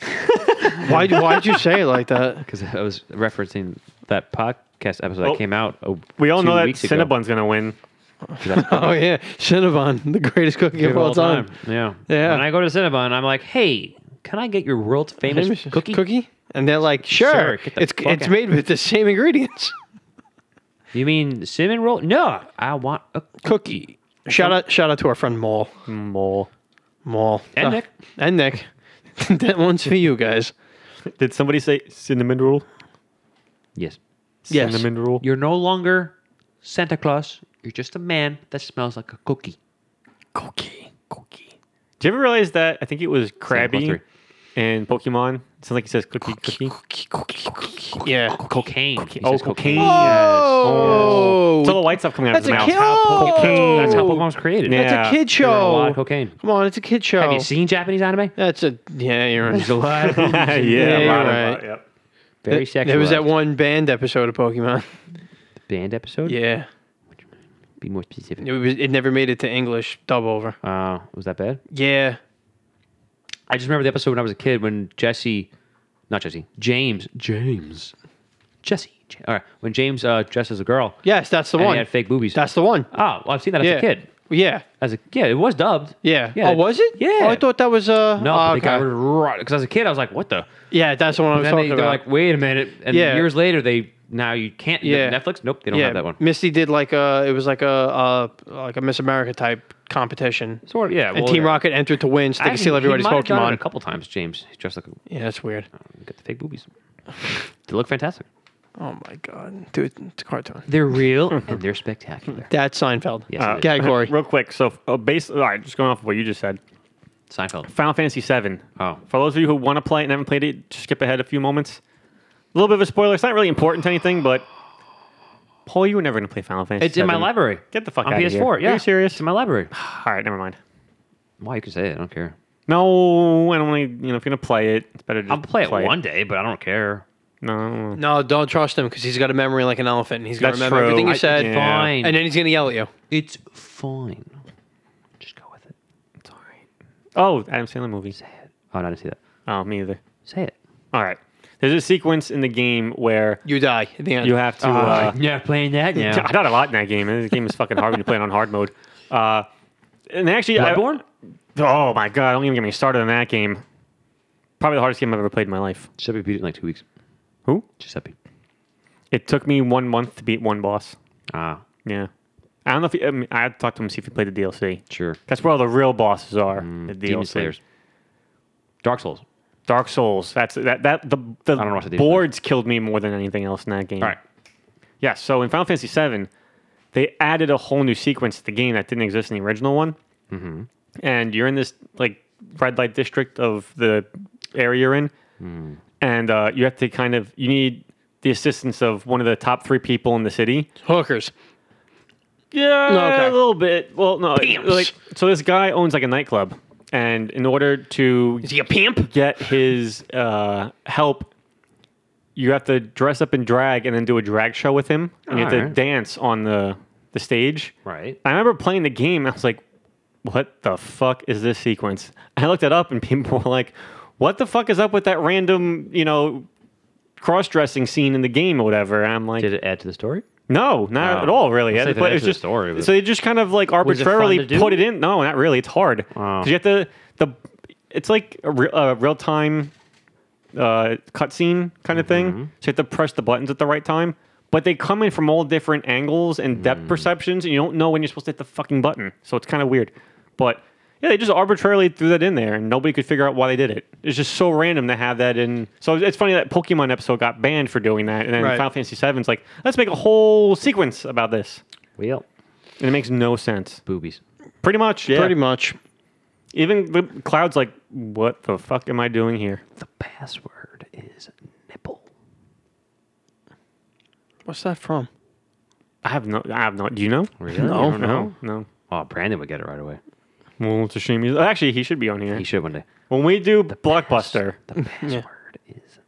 [laughs] Why? Why'd you say it like that?
Because I was referencing that podcast episode
Oh.
that came out. oh,
We all
two
know that
weeks ago. [laughs]
Cinnabon's gonna win.
[laughs] [laughs] Oh yeah, Cinnabon, [laughs] the greatest cookie of
Of
all time.
Yeah.
Yeah.
When I go to Cinnabon, I'm like, hey, can I get your world's famous
Famous
cookie?
And they're like, sure,
Sure, get the
it's
fuck
it's
out.
made with the same ingredients.
You mean cinnamon roll? No, I want a
Cookie. Shout out, shout out to our friend Maul.
Mole.
Maul
And
Oh,
Nick.
And Nick. [laughs] that one's for you guys.
Did somebody say cinnamon roll?
yes.
Yes.
Cinnamon roll.
You're no longer Santa Claus. You're just a man that smells like a cookie.
Cookie. Cookie. Did you ever realize that? I think it was Krabby
three.
and Pokemon. It sounds like he says cookie, cookie.
Yeah.
Cocaine. He
Oh,
says
cocaine.
Oh,
It's all the white stuff coming out
that's
of his
a
mouth.
kid. Oh,
That's how Pokemon's created.
Yeah. Oh.
That's a kid
There are A lot
show.
of cocaine.
Come on, it's a kid show.
Have you seen Japanese anime?
That's a
[laughs]
yeah. You're right.
There's a lot.
[laughs]
[laughs] yeah,
you're
a lot of-
right.
yep.
Very sexual.
There was that one band episode of Pokemon. [laughs]
band episode.
Yeah,
Be more specific.
it was. It never made it to English dub over.
Uh, was that bad?
Yeah.
I just remember the episode when I was a kid when Jesse, not Jesse, James, James, Jesse. J- All right, when James uh, dressed as a girl.
Yes, that's the
and he
one.
had fake boobies.
That's the one.
oh, well, I've seen that as
yeah.
a kid.
Yeah.
As a yeah, it was dubbed.
Yeah.
Yeah.
Oh, was it?
Yeah.
Oh, I thought that was uh.
No,
oh,
but they
okay.
got rid right because as a kid I was like, what the?
yeah, that's the one I was
And then they,
talking
they're like,
about.
wait a minute, and
Yeah.
years later they now you can't.
Yeah.
Netflix. Nope, they don't
yeah,
have that one.
Misty did like a. It was like a uh like a Miss America type competition.
Sort of. Yeah.
and
well,
Team
yeah.
Rocket entered to win, so they
Actually,
could steal
he
everybody's
might have done it
Pokemon.
a couple times, James. He's dressed like a,
Yeah, that's weird.
got the fake boobies. they look fantastic.
Oh my god, dude, it's a cartoon.
They're [laughs] real and they're spectacular.
That's Seinfeld.
Yes, it is. [laughs]
Gag Corey.
Real quick. So, uh, based, all right, just going off of what you just said.
Seinfeld.
Final Fantasy VII.
Oh.
For those of you who want to play it and haven't played it, just skip ahead a few moments. A little bit of a spoiler. It's not really important to anything, but Paul, you were never going to play Final Fantasy.
It's in my
VII.
library.
Get the fuck
on
outta
PS4.
here. Are you
Yeah.
serious?
It's in my library.
All right, never mind.
[sighs] Why you can say it? I don't care.
No, I don't want to. You know, if you're going to play it, it's better to.
I'll
just
play it one day, but I don't care.
No.
No, don't trust him because he's got a memory like an elephant, and he's gonna
That's
remember
true.
everything you
I-
said,
yeah.
Fine.
and then he's gonna yell at you.
it's fine. Just go with it.
It's all right. Oh, Adam Sandler movie.
Say it. Oh, no, I didn't see that.
Oh, me either.
Say it.
All right. There's a sequence in the game where
You die at the end.
you have to. uh,
Uh-huh. yeah, playing that now. [laughs]
I died a lot in that game. and This game is fucking hard when you play it on hard mode. Uh, and actually, I-
Bloodborne?
oh my god! Don't even get me started on that game. Probably the hardest game I've ever played in my life.
Giuseppe beat it in like two weeks.
Who?
Giuseppe.
It took me one month to beat one boss.
Ah,
Yeah. I don't know if he, I, mean, I had to talk to him and see if he played the DLC.
sure.
That's where all the real bosses are. the DLC.
Mm, Demon Slayers. Dark Souls.
Dark Souls. That's that that the the
don't watch the Demon
boards killed me more than anything else in that game.
All right.
Yeah, so in Final Fantasy VII, they added a whole new sequence to the game that didn't exist in the original one. Mm-hmm. And you're in this like red light district of the area you're in, and uh, you have to kind of you need the assistance of one of the top three people in the city.
hookers.
Yeah,
okay.
a little bit. Well, no,
Pimps.
like so this guy owns like a nightclub, and in order to
Is he a pimp?
get his uh, help, you have to dress up in drag and then do a drag show with him. And you have to
Alright.
dance on the the stage.
Right.
I remember playing the game. I was like, "What the fuck is this sequence?" I looked it up, and people were like, "What the fuck is up with that random, you know, cross-dressing scene in the game or whatever?" And I'm like,
Did it add to the story?
no, not
Oh.
at all, really.
It's
It
like the
was
nature of the
just-
story, but-
So they just kind of like
it fun
arbitrarily
to do?
put it in. No, not really. It's hard.
Oh.
'Cause you have to, the, it's like a, re- a real time uh, cutscene kind of thing. So you have to press the buttons at the right time. But they come in from all different angles and depth perceptions, and you don't know when you're supposed to hit the fucking button. So it's kind of weird. But yeah, they just arbitrarily threw that in there, and nobody could figure out why they did it. It's just so random to have that in. So it's funny that Pokemon episode got banned for doing that, and then
Right.
Final Fantasy VII's like, let's make a whole sequence about this,
Well,
and it makes no sense.
boobies.
Pretty much, yeah.
Pretty much.
Even the cloud's like, what the fuck am I doing here?
The password is nipple.
What's that from?
I have no, I have no. Do you know?
Really?
No.
You don't know?
No, no.
Oh, Brandon would get it right away.
Well, it's a shame. He's, actually, he should be on here.
He should one day.
When we do Blockbuster,
The [laughs] password is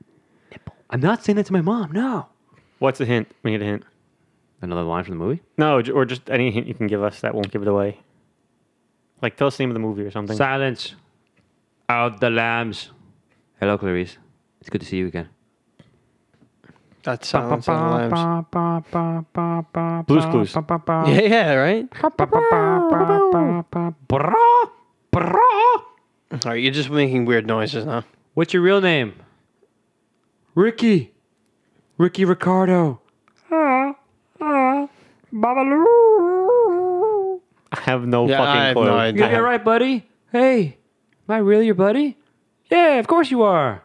nipple. I'm not saying that to my mom. No.
what's a hint? We need a hint.
Another line from the movie.
No, j- or just any hint you can give us that won't give it away. Like tell us the name of the movie or something.
Silence. Out the lambs. Hello, Clarice. It's good to see you again.
That's Silence of the Lambs.
Blues Clues.
Yeah, yeah, right? All right, you're just making weird noises now.
What's your real name?
Ricky, Ricky Ricardo.
I have no
Yeah,
fucking
I have
clue.
no idea.
I have-
right, buddy. Hey, am I really your buddy? Yeah, of course you are.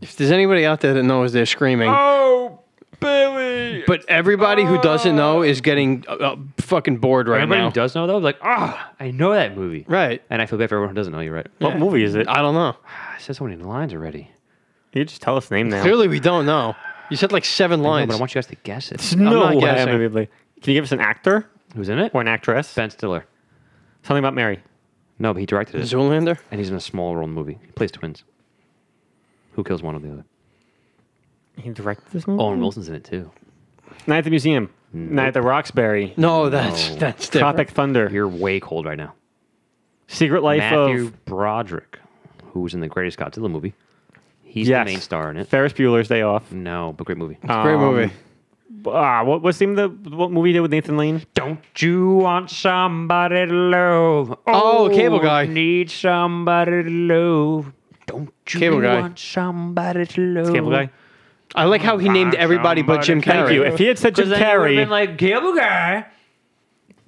If there's anybody out there that knows they're screaming.
Oh, Billy.
But everybody who doesn't know is getting uh, uh, fucking bored right
Everybody
now.
who does know though, like, ah, I know that movie.
Right.
And I feel bad for everyone who doesn't know. You're right.
What movie is it?
I don't know.
I said so many lines already.
You just tell us the name now.
Clearly, we don't know. You said like seven
No,
lines.
but I want you guys to guess it.
No
not
way.
guessing.
I'm gonna be- Can you give us an actor
Who's in it?
or an actress?
Ben Stiller.
Something about Mary.
No, but he directed it,
Zoolander?
and he's in a small role in the movie. He plays twins. Who kills one or the other?
He directed this movie.
Owen Wilson's in it too.
Night at the Museum. Night at the Roxbury.
No, that's that's different.
Tropic Thunder.
You're way cold right now.
Secret Life
Matthew
of
Broderick, who's in the Greatest Godzilla movie. He's
Yes.
the main star in it. Mm.
Ferris Bueller's Day Off.
No, but great movie.
Great movie.
Ah, what what's the name of the what movie he did with Nathan Lane?
Don't you want somebody to love?
Oh, Cable Guy.
Need somebody to love. Don't you
Cable Guy.
want somebody to love?
Cable guy.
I like how he named everybody but Jim
Somebody-
Carrey.
Thank you. If he had said Jim
Because then you would have
Carrey,
been like Cable Guy.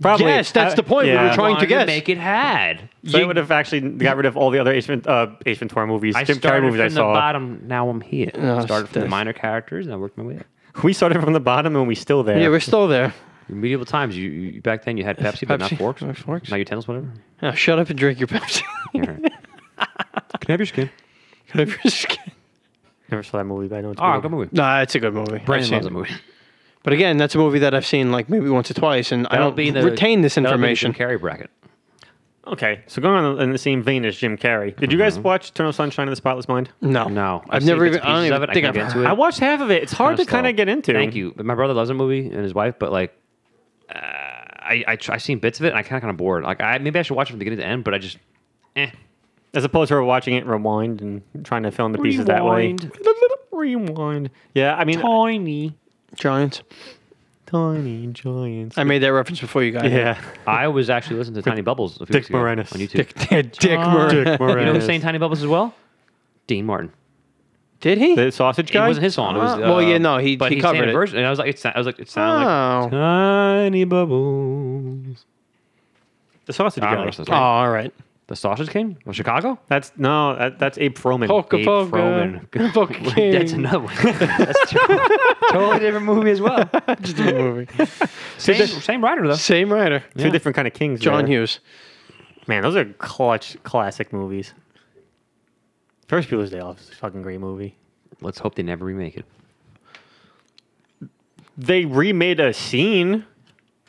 probably.
Yes, that's
I-
the point we
yeah.
were trying- Going to
wanted
guess.
make it had.
So I would have actually got rid of all the other Ace Vent- uh, Ace Ventura movies,
I
Jim Carrey
started
movies
from
I
the
saw.
bottom. Now I'm here.
No,
started from the
Oh, that's-
minor characters and I worked my way up.
We started from the bottom and we still there.
yeah, we're still there.
In medieval times, you, you back then you had Pepsi, but not
Pepsi,
forks.
not forks.
Now you tennis, whatever.
[laughs] Now shut up and drink your Pepsi. [laughs]
All right,
Can I have your skin?
Get over your skin.
Never saw that movie, but I know it's
All right
good.
Ah, good movie.
nah, it's a good movie. I've
Brandon
seen
loves
it.
a movie.
But again, that's a movie that I've seen like maybe once or twice, and I
That'll
don't retain this
that'll be the
information.
Jim Carrey bracket.
Okay, so going on in the same vein as Jim Carrey, did you guys watch Eternal Sunshine of the Spotless Mind?
No,
No,
I've
seen
never
bits
even.
and
I
pieces
don't
of
even
it. I
think
can't
I've
get into
heard-
it.
I watched half of it. It's hard
Kinda
to kind
slow.
of get into.
Thank you. But My brother loves a movie and his wife, but like, uh, I I tr- I seen bits of it and I kind of kind of bored. Like, I maybe I should watch it from beginning to end, but I just eh.
As opposed to watching it rewind and trying to fill in the pieces that way. Rewind. Yeah, I mean,
Tiny.
Giants.
tiny giants.
I made that reference before you guys.
yeah,
I was actually listening to Tiny Bubbles a few
Dick
weeks ago
Moranis.
on YouTube.
Dick, [laughs] Dick, Dick Murray.
you know who's
Moranis.
saying Tiny Bubbles as well? Dean Martin.
Did he?
the sausage
It
guy.
wasn't his song. It was,
Uh, well, yeah, no, he-
but
he
sang
covered
a
it.
version, and I was like, it, sa- I was like, it sounded like.
Oh. oh,
Tiny bubbles.
The sausage
I
Ah,
don't know
guy.
what's his name.
Oh, all right.
The Sausage King from Chicago.
That's no, that, that's Abe Froman.
Polka
Abe
polka. [laughs]
Froman.
Polka
That's
king.
another one. [laughs] That's totally, totally different movie as well.
Just
[laughs]
a movie.
Same, same writer though.
Same writer,
Two different kind of kings.
John
there.
Hughes.
Man, those are clutch classic movies. First Bueller's Day Off is a fucking great movie.
Let's hope they never remake it.
They remade a scene.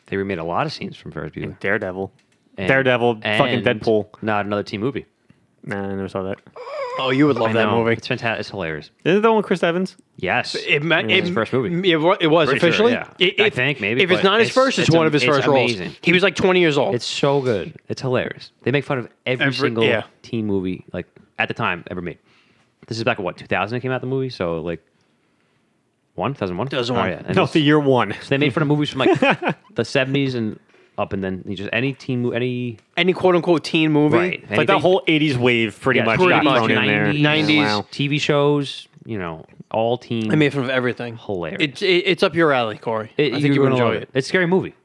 They remade a lot of scenes from Ferris Bueller.
Daredevil.
And-
Daredevil, fucking
and
Deadpool.
Not another team movie.
Nah, I never saw that.
Oh, you would love
I
that
know.
movie.
It's fantastic. It's hilarious.
Isn't that one with Chris Evans?
Yes.
It, ma- it,
his first movie.
It, wa- it was
Pretty sure,
officially.
yeah.
It-
I
if-
think, maybe,
If it's
but
not his
it's-
first, it's,
it's
one
am-
of his
it's
first roles.
amazing.
He was like 20 years old.
it's so good. It's hilarious. They make fun of every,
Every-
single
yeah.
team movie like at the time ever made. This is back in what 2000 it came out the movie. So like one 2001
2001.
Oh, yeah. And
No,
it's-
the year one.
So they made fun of movies from like
[laughs]
the 70s and up, and then you just any teen mo- any
Any quote unquote teen movie.
Right.
Like that
Anything-
whole '80s wave, pretty
yeah,
much
pretty
got
much.
thrown in there.
90s,
Wow.
TV shows, you know, all teen.
I made fun of everything.
Hilarious.
It's it, it's up your alley, Corey. I think you
would
enjoy it.
It's a scary movie.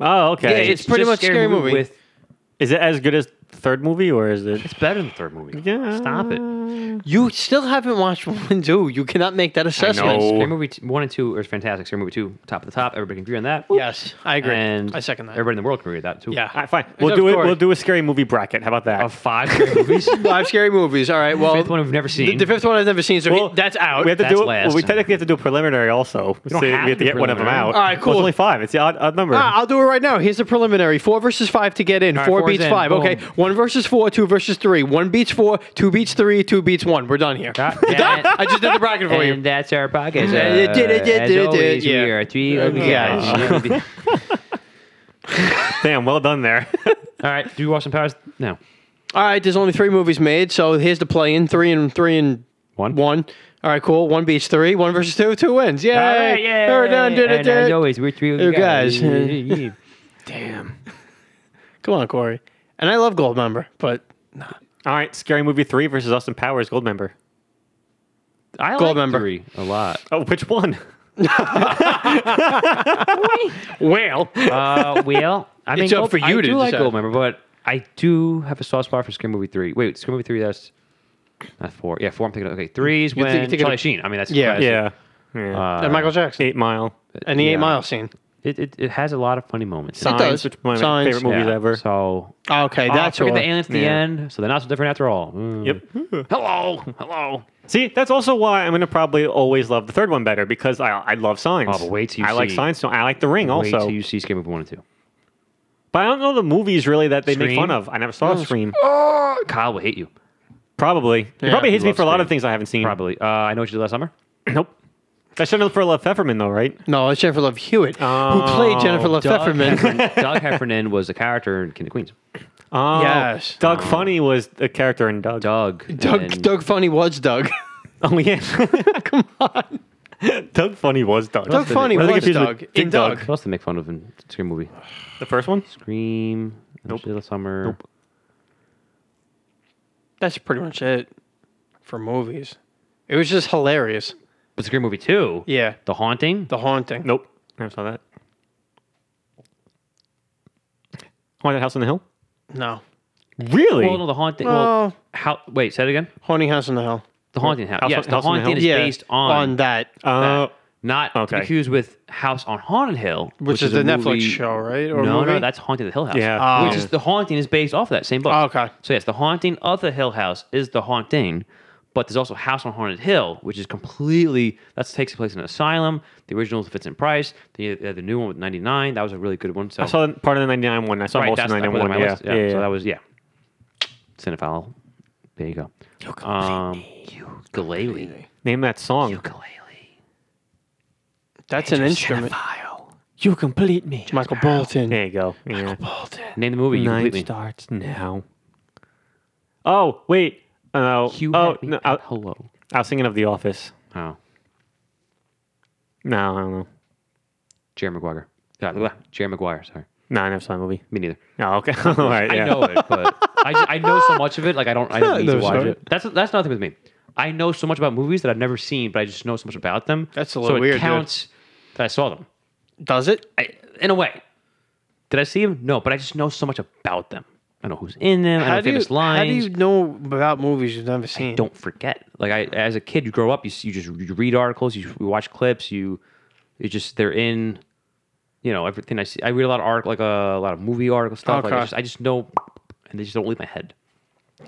Oh, okay.
Yeah, it's- pretty
just
much Scary Movie.
With
is it as good as the third movie, or is it?
it's better than the third movie.
Yeah.
Stop it.
You still haven't watched one and two. You cannot make that assessment.
know.
Scary movie t- one and two are fantastic. Scary movie two, top of the top. Everybody can agree on that.
Yes, I agree.
And
I second that.
Everybody in the world can agree with that too.
All
Yeah.
right, fine. We'll
Of
do it.
course.
We'll do a scary movie bracket. How about that?
Of five scary movies, the
[laughs] Five scary movies. All right. Well,
fifth one we've never
the,
seen. [laughs]
the fifth one I've never seen, so
Well,
he- that's out.
we have to
That's
do. it- Well,
last.
we technically have to do a preliminary also. so
don't have
we have
to
to
do
get one of them
preliminary.
out.
All right,
Well,
cool.
it's only five. It's the odd, odd number.
Ah, I'll do it right now. Here's the preliminary: four versus five to get in.
right,
four
four's
beats
in.
five. Okay,
Boom.
one versus four, two versus three, one beats four, two beats three, two beats one. We're
[laughs]
done here. [laughs]
God damn it.
I just did the bracket for you.
And that's our podcast. Uh,
Yeah, it did, it did,
as
did, it
always,
did, yeah.
We are three ugly
Yeah.
guys.
[laughs]
All
Damn, well done
[laughs]
there.
right, do you watch some powers? No.
All right, there's only three movies made, so here's the play in: three and three and
One?
one. All right, cool. One beats three. One versus two. Two wins. Yay!
right, yay.
We're done. Did it.
And uh, as
Did it.
always, we're three
You
little
guys.
guys.
Damn. Come on, Corey. And I love Gold Member, but
All right, Scary Movie 3 versus Austin Powers Gold Member.
[laughs] I like
Goldmember.
three a lot.
Oh, which
[laughs]
one? [laughs]
well,
Uh, well, I mean,
It's up
Gold-
for you
I
to
do like
decide.
Goldmember, but I do have a soft spot for Scream Movie three. Wait, Scream Movie three. That's not four. Yeah, four. I'm thinking. Okay, three's
You're
when
thinking- thinking
Charlie
of-
Sheen. I mean, that's
Yeah.
classic.
Yeah. yeah.
Uh,
and Michael Jackson
Eight Mile.
and the
yeah.
Eight Mile scene.
It, it, it has a lot of funny moments.
Signs,
does.
which is one of my
Signs.
favorite movies
Yeah,
ever.
So
Okay,
Oh,
that's
forget
what.
the aliens at the
Yeah.
end, so they're not so different after all. Mm.
Yep.
Hello, hello.
See, that's also why I'm gonna probably always love the third one better because I I love signs.
Oh, but wait till you
I like
see-
signs. So I like the ring
Wait
also.
till you see Scream Movie one and two.
But I don't know the movies really that they make
Scream?
fun of. I never saw Scream.
Ah!
Kyle will hate you
Probably. He
Yeah,
probably
he
hates me
loves
for a lot of
Scream.
things I haven't seen.
probably. Uh, I know what you did last
[clears throat]
summer.
Nope. That's Jennifer Love Pfefferman though, right?
No, it's Jennifer Love Hewitt, who played
Oh,
Jennifer Love
[laughs]
Pfefferman. [laughs]
Heffernan, Doug Heffernan was a character in King of Queens.
Oh,
Yes.
Doug Funny was a character in Doug.
Doug. and
Doug,
then-
Doug Funny was Doug. [laughs]
Oh yeah. [laughs] Come on. Doug Funny was Doug.
Doug Funny
I think
was
it's usually
Doug.
Dig
In Doug.
What else to make fun of in Scream movie?
The first one?
Scream. Nope. Little Summer. Nope.
That's pretty much it for movies. It was just hilarious.
But Scream movie two.
Yeah,
The Haunting.
The Haunting.
Nope. Never saw that. Haunted House on the Hill?
No.
Really?
Well, no, The Haunting.
Oh,
Well, how? Wait, say it again.
Haunting House in the Hill.
The Haunting House.
House-
Yes, The
House on the
Haunting
Hill?
is
Yeah,
based on,
that,
Uh,
not
Okay.
confused with House on Haunted Hill,
which, is,
a
the Netflix
movie-
show, right? Or
No,
movie?
no, that's Haunting of the Hill House.
Yeah.
Which
Oh.
is The Haunting is based off of that same book.
Oh, okay.
So yes, The Haunting of the Hill House is The Haunting, but there's also House on Haunted Hill, which is completely that takes place in an asylum. The original is Vincent Price. The uh, the new one with 99. That was a really good one. So
I saw part of the 99 one. I saw most of
that's
the
that
99
was on
one.
my
Yeah.
list.
Yeah, yeah.
So that was yeah. Cinephile. There you go. Um, ukulele.
Name that song.
Ukulele.
that's an instrument.
You complete me.
Michael Bolton.
There you go. [laughs] Yeah.
Name the movie. You
Nine
complete me.
starts now. Oh, wait. Oh,
You
oh
had me
no,
at
I,
hello.
I was thinking of The Office.
uh, Oh,
No, I don't know.
Jerry Maguire. Ah, Yeah, blah, Jerry Maguire. Sorry,
No, I never saw the movie.
me neither.
Oh, okay. [laughs] All right. Yeah.
I know it, [laughs] but I, just- I know so much of it. Like I don't, I don't need to
There's
watch
no-
it. That's that's nothing with me. I know so much about movies that I've never seen, but I just know so much about them.
That's a
so
little
it
weird, dude.
Counts that I saw them.
Does it?
I, in a way, did I see them? No, but I just know so much about them. I know who's in them. I
How
know
do, you,
famous lines.
how do you know about movies you've never seen?
don't forget. Like I, as a kid, you grow up. You s- you just you read articles. You, you watch clips. You, you just they're in. You know everything I see. I read a lot of art, like uh, a, lot of movie article stuff. Like I
Okay.
just, I just know, and they just don't leave my head.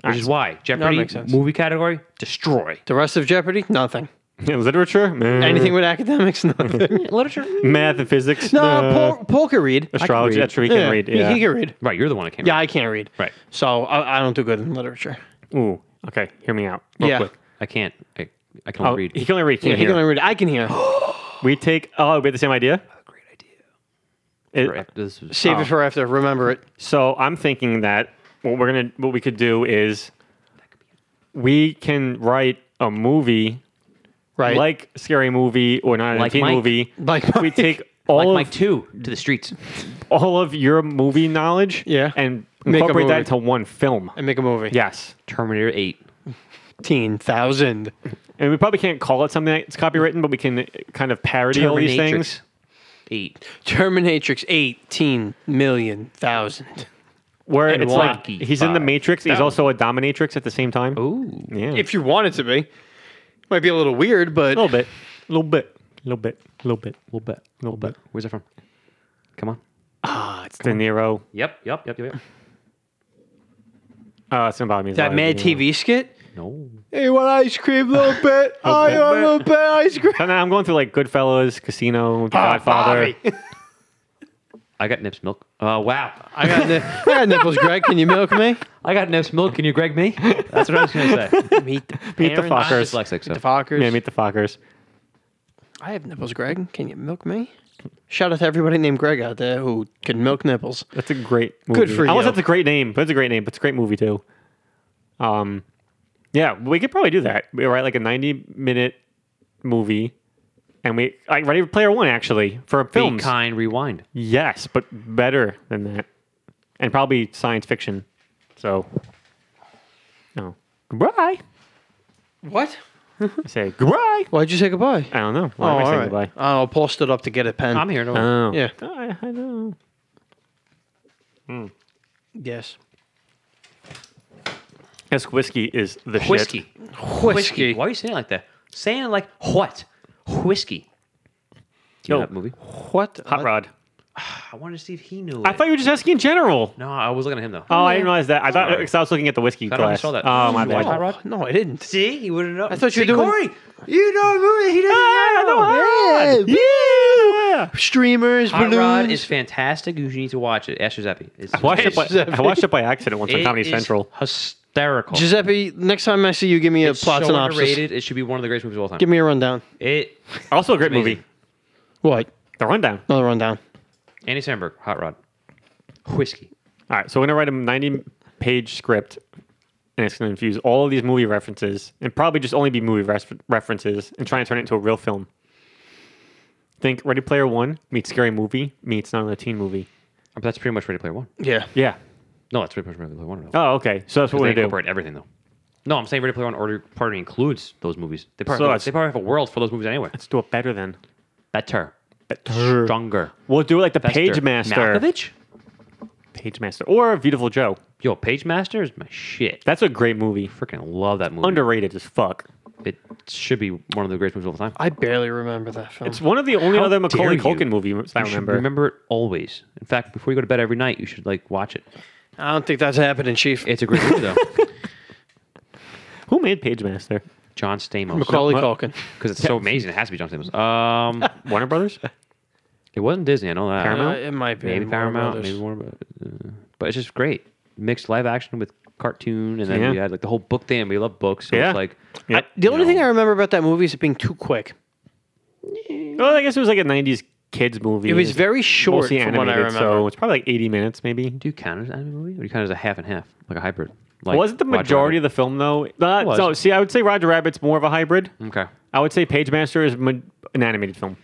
Which is why Jeopardy
makes sense.
movie category destroy
The rest of Jeopardy? Nothing.
[laughs] Literature? Meh.
Anything with academics? [laughs] Nothing.
literature.
Math and physics?
no,
Nah.
Paul, Paul can read.
Uh, Astrology. That's true. He can read.
he-
Yeah.
He can read.
Right, you're the one that came.
Yeah,
up.
I can't read.
Right.
So I, I don't do good in literature.
Ooh. Okay. Hear me out. Real
yeah.
quick.
I can't. I, I can
Oh,
not read.
He can only read. He
Yeah,
can't
he can
hear.
only read. I can [gasps] hear.
We take. Oh, we have the same idea.
Great idea.
It-
[laughs]
Right, this was-
Save it for after. Remember it.
so I'm thinking that what we're gonna, what we could do is, we can write a movie
Right.
like scary movie or not
Like
a teen
Mike.
movie.
[laughs] Like
we
Mike.
take
like
all
Mike
of
two to the streets.
all of your movie knowledge,
Yeah.
and
Make a
incorporate that
movie.
into one film.
and make a movie.
Yes,
Terminator eight.
Fifteen thousand.
and we probably can't call it something that's copywritten, but we can kind of parody all these things.
Terminatrix eight.
Terminatrix eighteen million thousand.
Where
And
it's like
Rocky
he's in the
Five.
Matrix, he's also a dominatrix at the same time.
Ooh.
Yeah,
If you want it to be, might be a little weird, Oh,
a
but
little bit, a little bit, a little bit, a little bit.
little bit.
little bit.
Where's that from? Come on. Ah,
It's De Niro.
Yep, yep, yep, yep. yep.
Uh, it's gonna bother me. as
that
well,
Mad
De Niro.
TV skit.
No.
Hey, want ice cream, [laughs] little bit? I want a little bit of ice cream.
So now I'm going through like Goodfellas,
Ah,
Casino, The Godfather.
I got Nip's milk. Uh, wow.
[laughs] I got, ni- I got nipples, Greg. Can you milk me?
I got Nip's milk. Can you Greg me? That's what I was going to say. [laughs]
Meet the parents.
Meet the
I'm
Fockers.
dyslexic, so.
The Fockers.
Yeah, meet the Fockers.
I have nipples, Greg. Can you milk me? Shout out to everybody named Greg out there who can milk nipples.
That's a great movie.
for
Unless
you.
that's a great name, but it's a great name, but it's a great movie too. Um, yeah, we could probably do that. We write like a 90 minute movie, and we like Ready Player One actually for films.
Be kind, rewind.
Yes, but better than that, and probably science fiction. So, no, goodbye.
What?
I say goodbye.
Why'd you say goodbye?
I don't know. Why am I saying goodbye?
Oh, Paul stood up to get a pen.
I'm here. Don't worry.
Oh,
Yeah.
I, I know.
Yes.
Yes, whiskey is the shit.
whiskey. Why are you saying it like that? Saying it like what? Whiskey. Do
Yo.
you know that movie?
What?
Hot rod.
I wanted to see if he knew.
I thought you were just asking in general.
No, I was looking at him though.
Oh, I didn't realize that. I thought
Sorry.
because I was looking at the whiskey
I
glass.
saw that.
Oh my
You watched
bad.
Hot Rod?
No, I didn't.
See, he wouldn't know. I
thought you
see,
were doing-
Corey, you know a movie he didn't
I know Hot
know.
Rod. Yeah.
Streamers,
Hot
balloons.
Rod is fantastic. You need to watch it. Ask Giuseppe. It's
I watched, it by,
It's-
I watched it by accident once on
it
Comedy
is
Central.
Hysterical.
Giuseppe, next time I see you, give me a
it's
plot
so
synopsis.
underrated. It should be one of the greatest movies of all time.
Give me a rundown.
it.
Also a great
amazing.
movie.
What?
The Rundown.
Another rundown.
Andy Samberg, Hot Rod, Whiskey.
All right, so we're gonna write a 90-page script, and it's gonna infuse all of these movie references, and probably just only be movie res- references, and try and turn it into a real film. Think Ready Player One meets Scary Movie meets not another teen movie.
But that's pretty much Ready Player One.
Yeah.
Yeah.
No, that's pretty much Ready Player One. though.
Oh, okay. So that's what
they
we're gonna do.
incorporate everything though. No, I'm saying Ready Player One already probably includes those movies. They
So
probably,
it's-
they probably have a world for those movies anyway.
Let's do it better then.
Better,
Better.
stronger.
We'll do it like the
Faster.
Page Master.
Malkovich?
Page Master or Beautiful Joe.
Yo, Page Master is my shit.
That's a great movie.
Freaking love that movie.
Underrated as fuck.
it should be one of the greatest movies of all time.
I barely remember that film.
It's one of the only
How
other Macaulay
dare you.
Culkin movies I
You should
remember.
remember it always. In fact, before you go to bed every night, you should like watch it.
I don't think that's happening, Chief.
It's a great
[laughs]
movie though.
Who made Page Master?
John Stamos.
Macaulay Culkin.
Because it's so amazing, it has to be John Stamos.
[laughs]
Um,
Warner
[laughs]
Brothers?
it wasn't Disney. I know that.
Paramount?
Uh, it might be.
maybe
Warner
Paramount,
Brothers.
maybe Warner, Bros- uh, but it's just great mixed live action with cartoon, and then
Yeah.
we had like the whole book thing. and We love books, so
Yeah.
it's like
Yeah.
I- the only
No.
thing I remember about that movie is it being too quick.
Well, I guess it was like a '90s kids movie.
It was very short
mostly
from what I remember.
so it's probably like 80 minutes, maybe.
do you count it as an anime movie, or do you count it as a half and half, like a hybrid? Like
Was it the majority of the film though? Uh,
was. Mm-hmm.
no. See, I would say Roger Rabbit's more of a hybrid.
the? Okay,
I would say Page Master is ma- an animated film.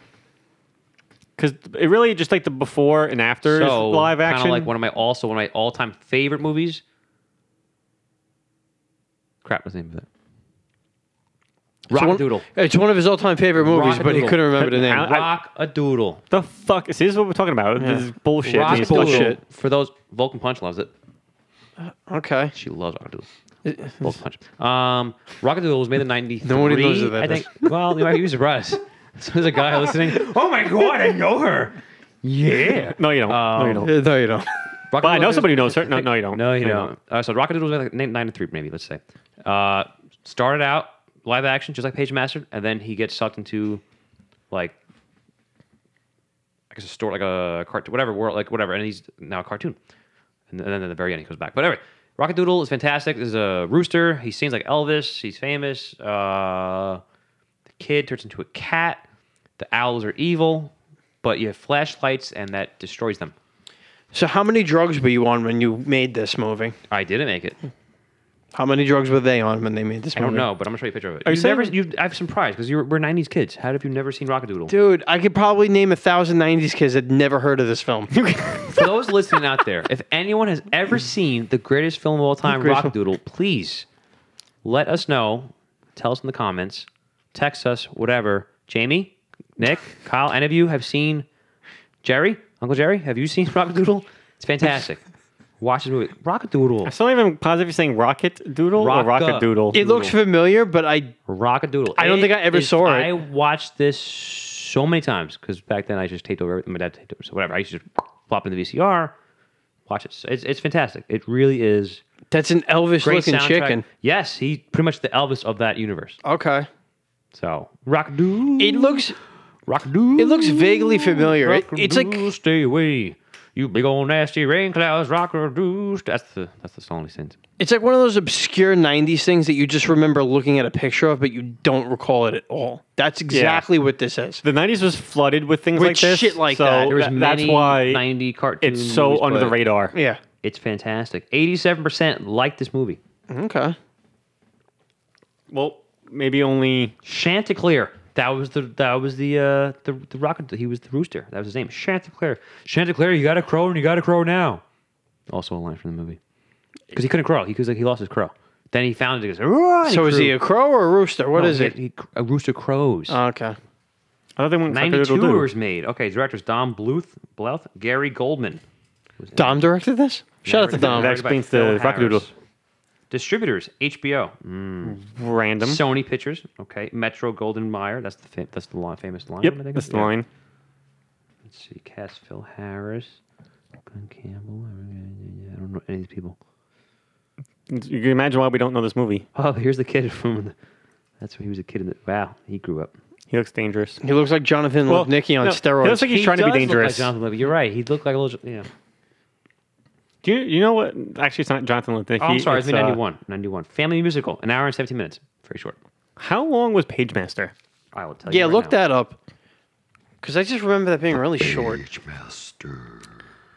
Because it really just like the before and after is
so
live
kinda
action.
like one of my also one of my all time favorite movies. Crap, what's the name of it?
It's
Rock
one-
a doodle.
It's one of his all-time favorite movies, but he
Rockadoodle.
couldn't remember the name.
[laughs] I-
Rock a doodle.
the fuck? See, this is what we're talking about. This is bullshit.
Rock a
These-
doodle. For those Vulcan Punch loves it.
Okay.
She loves Rockadoodle. Both punch. Um, Rockadoodle was made in '93.
Nobody knows who that
I
is.
think. [laughs] Well, you might be surprised. [laughs] So there's a guy listening. Oh my god, I know her. Yeah.
No, you don't. no, you
Um,
don't.
Uh, No, you don't.
But
I know somebody who knows her. No, no, you don't.
No, you don't. Uh, so Rockadoodle was like nine to three, maybe. Let's say. Uh, started out live action, just like Page Master, and then he gets sucked into, like, I guess a store, like a cartoon, whatever world, like whatever, and he's now a cartoon. And then at the very end, he goes back. But anyway, Rockadoodle is fantastic. There's a rooster. He sings like Elvis. He's famous. Uh, the kid turns into a cat. The owls are evil, but you have flashlights, and that destroys them.
So how many drugs were you on when you made this movie?
I didn't make it.
How many drugs were they on when they made this
I
movie?
don't know, but I'm gonna show you a picture of it.
Are you
You've never,
saying-
you I'm surprised because we're 90s kids. How have you never seen Rockadoodle?
Dude, I could probably name a thousand '90s kids that never heard of this film. [laughs]
For those listening out there, if anyone has ever
[laughs]
seen the greatest film of all time,
Greatest film.
Rockadoodle, please let us know. Tell us in the comments. Text us, whatever. Jamie, Nick, Kyle, any of you have seen Jerry? Uncle Jerry, have you seen [laughs] Rockadoodle? It's fantastic. Watch this movie.
I'm
Rockadoodle.
still not even positive you're saying Rocket Doodle
Rock
or Rocket
up.
Doodle.
it looks familiar, but I
Rockadoodle.
I don't think I ever saw it.
I watched this so many times because back then I just taped over everything. My dad taped over, so whatever. I used to just plop in the VCR, watch it. So It's, it's fantastic. It really is.
that's an
Great
Elvis-looking
soundtrack.
chicken.
Yes, he pretty much the Elvis of that universe.
Okay.
So Rockadoodle.
It looks
Rockadoodle.
it looks vaguely familiar. It- it's like
Rockadoodle, stay away. You big old nasty rain clouds, rockadoo. That's the that's the song he sings.
it's like one of those obscure '90s things that you just remember looking at a picture of, but you don't recall it at all. That's exactly what this is.
the 90s was flooded with things
With
like this.
shit like
so
that.
There was
tha-
many
that's why
90 cartoons.
it's so under the radar.
Yeah.
It's fantastic. Eighty-seven percent like this movie.
Okay.
Well, maybe only
Chanticleer. That was the that was the uh, the the rocket. He was the rooster. That was his name, Chanticleer. Chanticleer, you got to crow and you got to crow now. Also a line from the movie because he couldn't crow. He was like he lost his crow. Then he found it. He goes, "Roar," and
So is he
crew-
a crow or a rooster? What
No,
is
he-
it? Uh,
he- a rooster crows.
Okay.
I thought they went
Ninety
Cock-a-doodle-doo.
two was made. Okay, directors Dom Bluth, Bluth, Gary Goldman.
Dom directed this? Shout out to
Narrated-
Dom.
That
narrated by
explains the
Phil
Rockadoodle.
Harris. Distributors HBO,
Random.
Sony Pictures. Okay, Metro Golden Mayer. That's the fam- that's the line, famous line.
yep,
I think
that's
it's-
the
yeah.
line.
Let's see, cast Phil Harris, Glenn Campbell. I don't know any of these people. [laughs]
You can imagine why we don't know this movie.
Oh, here's the kid from. The, that's when he was a kid in the. Wow, he grew up.
He looks dangerous.
He looks like Jonathan
Well,
Lipnicki on
no,
steroids.
he looks like he's trying to be
does look
dangerous.
Like Jonathan Levy. You're right. He looked like a little. Yeah.
Do you, you know what? Actually, it's not Jonathan Lipnicki.
Oh, I'm sorry. It's
uh,
91. 91. Family musical. An hour and 17 minutes. Very short.
How long was Pagemaster?
I will tell you.
yeah,
right
look
now.
that up. Because I just remember that being really short.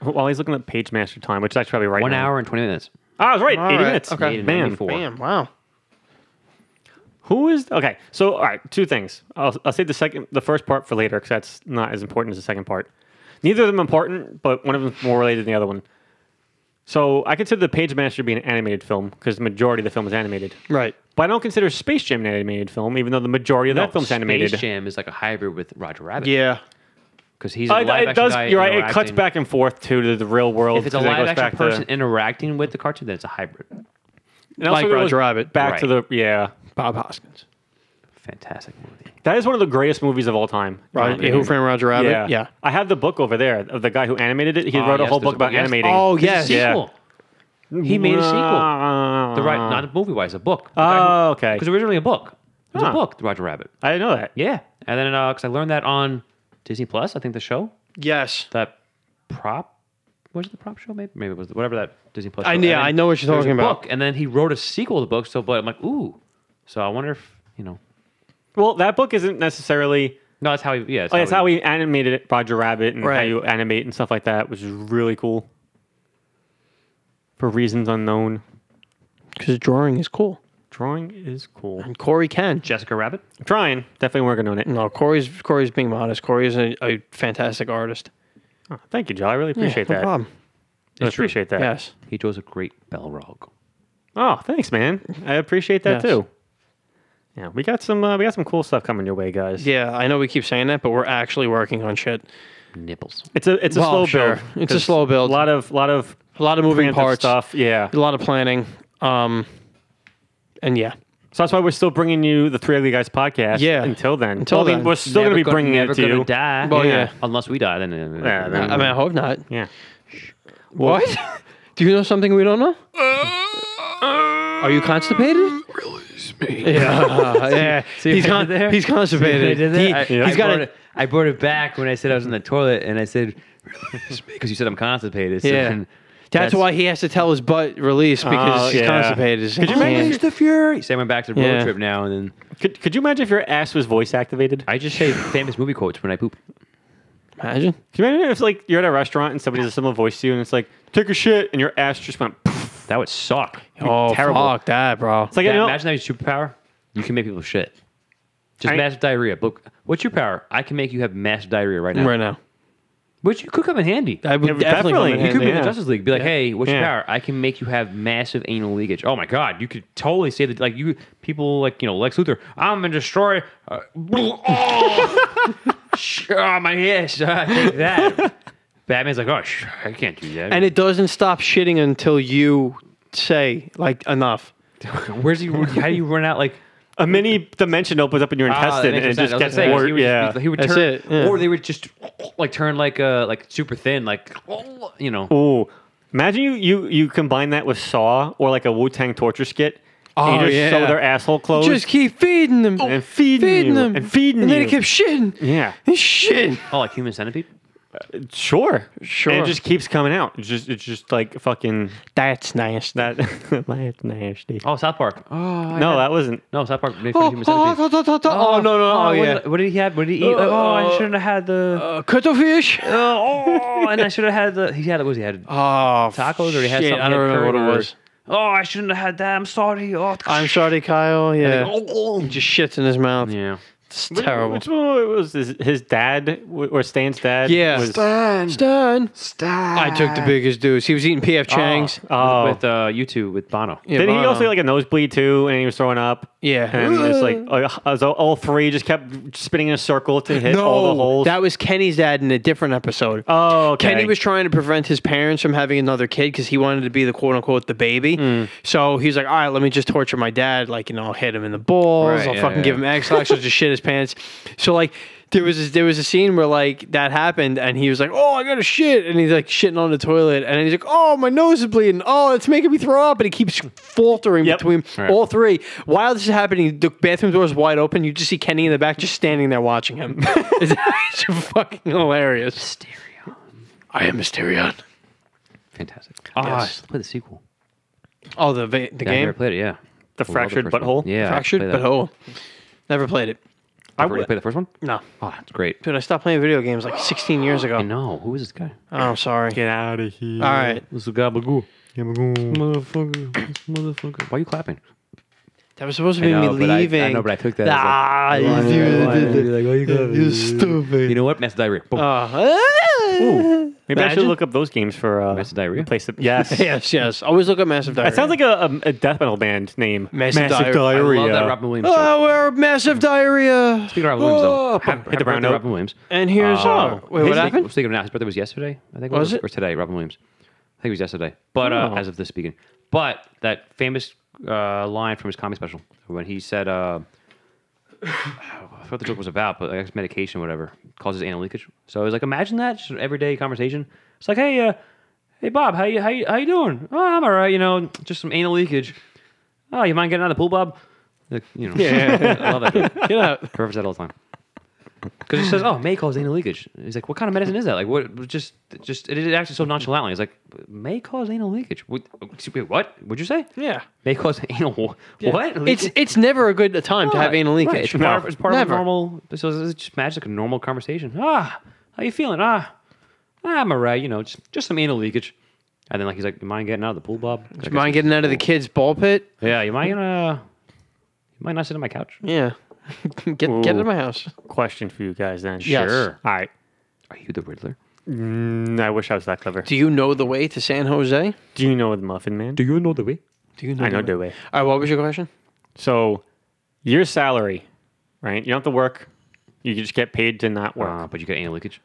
While he's looking at Pagemaster time, which is actually probably right
One
now.
hour and 20 minutes.
Oh, I was right.
All
80
right,
minutes.
okay.
Made in
Man.
94.
Damn, wow.
Who is okay? So all right, two things. I'll I'll save the second, the first part for later because that's not as important as the second part. Neither of them important, but one of them's more related than the other one. So I consider the Pagemaster to be an animated film because the majority of the film is animated.
Right.
But I don't consider Space Jam an animated film, even though the majority of that film's
Oh, Space
animated.
Jam is like a hybrid with Roger Rabbit.
Yeah.
Because he's a
Uh,
live action
it does.
guy
You're right. It
interacting.
cuts back and forth to the, the real world.
If it's a
'cause then it
live
goes
action
back to-
person interacting with the cartoon, then it's a hybrid.
and also
like
it goes
Roger Rabbit.
Back to the
Right.
yeah.
Bob Hoskins.
Fantastic movie.
That is one of the greatest movies of all time. in my
Right. Yeah,
opinion.
Who Framed Roger Rabbit?
Yeah.
yeah.
I have the book over there of the guy who animated it. He
Oh,
wrote a
yes,
whole
there's
book
a
about
book. Yes.
animating.
Oh,
There's a
yes.
Yeah. Uh-huh.
sequel. He made a sequel. The right, not a movie wise, a book.
Ah. Oh, okay.
Because originally a book. It was
Huh.
a book, The Roger Rabbit.
I didn't know that.
Yeah. And then, because I learned that on Disney Plus, I think the show,
Yes.
that prop, was it the prop show? Maybe, maybe it was whatever that Disney Plus. show.
I- yeah,
And then
I know what you're
there was a
talking about.
Book, and then he wrote a sequel to the book. So, but I'm like, ooh. So I wonder if you know.
Well, that book isn't necessarily.
No, that's how he. Yeah, that's
Oh, that's how we animated it, Roger Rabbit and how
Right.
you animate and stuff like that, which is really cool. For reasons unknown,
Because drawing is cool.
drawing is cool.
And Corey can.
Jessica Rabbit.
I'm trying, definitely working on it.
No, Corey's Corey's being modest. Corey is a, a fantastic artist.
Oh, thank you, Joe. I really
Yeah,
appreciate
no
that.
problem.
I appreciate that.
Yes.
He draws a great Balrog.
Oh, thanks, man. I appreciate that
Yes.
too. Yeah, we got some uh, we got some cool stuff coming your way, guys.
Yeah, I know we keep saying that, but we're actually working on shit.
Nipples.
It's a it's a slow
Well, sure.
build.
It's a
'cause
slow build.
A lot of lot of
A lot of moving
preemptive
parts,
stuff. Yeah.
a lot of planning. Um, and yeah,
So that's why we're still bringing you the Three Ugly Guys podcast.
Yeah.
Until then.
Until
Well, I mean,
then.
we're still going to be bringing
never
it to
gonna
you.
Die.
Well, yeah.
Unless we die, then. uh,
Yeah, then-
I mean, I hope not.
Yeah.
What? [laughs] Do you know something we don't know?
Uh,
Are you constipated?
[laughs]
[laughs] Yeah, yeah.
See
he's,
what I
con-
did there?
he's constipated.
See what I did there?
He-
I-
he's
I
got
brought
a-
it. I brought it back when I said I was in the toilet, and I said, [laughs] "Because you said I'm constipated." So
Yeah.
then-
That's,
That's-
why he has to tell his butt release because
Oh,
he's
yeah.
constipated.
Could you
He
imagine
can't-
Release the fury. So I went back to the road
Yeah.
trip now, and then
Could, could you imagine if your ass was voice activated?
I just say famous movie quotes when I poop.
Imagine.
Could you imagine if like you're at a restaurant and somebody does a similar voice to you and it's like, take a shit and your ass just went [laughs] poof.
That would suck.
Oh,
terrible.
fuck that, bro.
It's like, you
Yeah,
know,
imagine that was your superpower. You can make people shit. Just
I-
massive diarrhea. But what's your power? I can make you have massive diarrhea right now.
right now.
Which you could come in handy.
I would
Yeah, definitely.
definitely. come in
You
You could
handy,
be in
Yeah.
the Justice League. Be like, hey, what's your
Yeah.
power? I can make you have massive anal leakage. Oh my god, you could totally say that. Like you, people like you know Lex Luthor. I'm gonna destroy. Uh, [laughs] oh, sh- oh, my ass! [laughs] Uh, take that. Batman's like, oh, sh- I can't do that.
And it doesn't stop shitting until you say like enough.
where's he? How do you run out? Like
a mini dimension opens up in your
ah,
intestine
that makes
and it
sense. I
just
was
gets
gonna say, 'cause
more.
He would,
Yeah.
just be- he would
That's
turn,
it, yeah.
or they would just like turn like uh like super thin, like oh, you know.
Ooh. Imagine you, you you combine that with Saw or like a Wu Tang torture skit. and
Oh,
you just
yeah.
sew their asshole closed
Just keep feeding them.
and Oh, feeding,
feeding
you,
them.
and feeding
And then
you.
it kept shitting.
yeah.
And shit.
Oh, like human centipede.
Sure.
Sure.
And it just keeps coming out. It's just it's just like fucking
That's nice.
that [laughs] that's nasty.
Oh, South Park. Oh, I
No,
had-
that wasn't.
no, South Park. Made
Oh,
human
oh,
centipede.
oh, oh, oh, oh, oh, no, no, oh,
what
yeah.
Did, what did he have? What did he eat? Like, oh, I shouldn't have had the.
Uh, cuttlefish.
Uh, oh, and I should have had the. He had what was he had
Oh,
tacos or he had
shit,
something. he
I don't
had
remember
curry
what it
or-
was.
Oh, I shouldn't have had that. I'm sorry. Oh,
I'm sorry, Kyle. Yeah.
oh, oh.
Just shits in his mouth.
yeah.
It's terrible.
Which one it was his, his dad w- or Stan's dad?
[laughs] Yeah.
was-
Stan.
Stan.
Stan.
I took the biggest deuce. He was eating PF Chang's. Ah.
Oh.
with uh, you two with Bono.
Yeah,
Didn't he
Bono.
also get like a nosebleed too? And he was throwing up.
Yeah.
And it's
[laughs]
like uh, so all three just kept spinning in a circle to hit all the holes.
that was Kenny's dad in a different episode.
oh, okay.
Kenny was trying to prevent his parents from having another kid because he wanted to be the quote unquote the baby.
Hmm.
So he's like, all right, let me just torture my dad. Like, you know, I'll hit him in the balls.
Right,
I'll
yeah,
fucking
yeah.
give him X lax or just shit his pants. So like, there was this, there was a scene where like that happened and he was like, oh, I got to shit, and he's like shitting on the toilet, and then he's like, oh, my nose is bleeding. Oh, it's making me throw up, and he keeps faltering
Yep.
between all three. While this is happening, the bathroom door is wide open. You just see Kenny in the back, just standing there watching him.
[laughs]
[laughs] it's actually fucking hilarious.
Mysterio.
I am Mysterion.
Fantastic. Ah,
Yes.
play the sequel.
Oh, the va- the
Yeah, I never
game
played it. Yeah,
the
Love the
fractured
first one.
butthole.
Yeah,
fractured,
play that.
but oh, never played it.
I
I've already
would.
played the first one.
No,
Oh, that's great.
dude, I stopped playing video games like 16 years ago.
I know. Who is this guy?
Oh, I'm sorry.
Get out of here.
All right,
This is Gabagoo.
Yamagoo.
Motherfucker. This motherfucker. Why are you clapping?
that was supposed to be
I know,
me
but I- I
leaving.
know, but I took that as a-
Ah, you
You're
dude.
like, oh, you got
You
it.
stupid.
You know what? Mass Diarrhea. Boom.
Uh,
Maybe I should
Imagine.
look up those games for uh,
Massive Diarrhea?
Place to, yes.
[laughs] yes, yes. Always look at massive diarrhea.
That sounds like a, a, a death metal band name.
massive, diarrhea.
I
diarrhea.
love that Robin Williams. show.
Oh, we're massive diarrhea.
Speaking of Robin Williams, though, hap- happy
Hit the brown
birthday,
note.
Robin Williams.
And here's
Uh,
our- Oh, wait,
his-
what happened?
I'm thinking of now. His birthday was yesterday. I think
Was
or,
it?
or today? Robin Williams. I think it was yesterday. But uh,
Oh.
as of this speaking, but that famous uh, line from his comedy special when he said, uh, [sighs] "I forgot the joke was about, but I guess medication, or whatever, causes anal leakage." So I was like, imagine that just an everyday conversation. It's like, hey, uh, hey, Bob, how you how you, how you doing? Oh, I'm all right. You know, just some anal leakage. Oh, you mind getting out of the pool, Bob? Like, you know, yeah, [laughs] I love that. joke.
Get out.
I reference that all the time. Because he says, "Oh, may cause anal leakage." He's like, "What kind of medicine is that?" Like, what? Just, just it is actually so nonchalantly. He's like, "May cause anal leakage." What? Wait, what? Would you say?
Yeah.
May cause anal what?
It's it's never a good time to have anal
Right.
leakage.
It's part, of, it's part of a
Never.
normal. So it's just imagine like a normal conversation. Ah, how you feeling? Ah, I'm alright. You know, just just some anal leakage. And then like he's like, "You mind getting out of the pool, Bob?" I guess-
Mind getting out of the kid's ball pit?
Yeah, you mind gonna. You might not sit on my couch.
Yeah. [laughs] get get out
Ooh.
of my house.
Question for you guys then.
Yes.
Sure.
All right.
Are you the Riddler?
Mm, I wish I was that clever.
Do you know the way to San Jose?
Do you know the Muffin Man?
Do you know the way?
Do you
I know the way.
All right, what was your question?
So, your salary, right? You don't have to work. You just get paid to not work.
Uh, but you got anal leakage.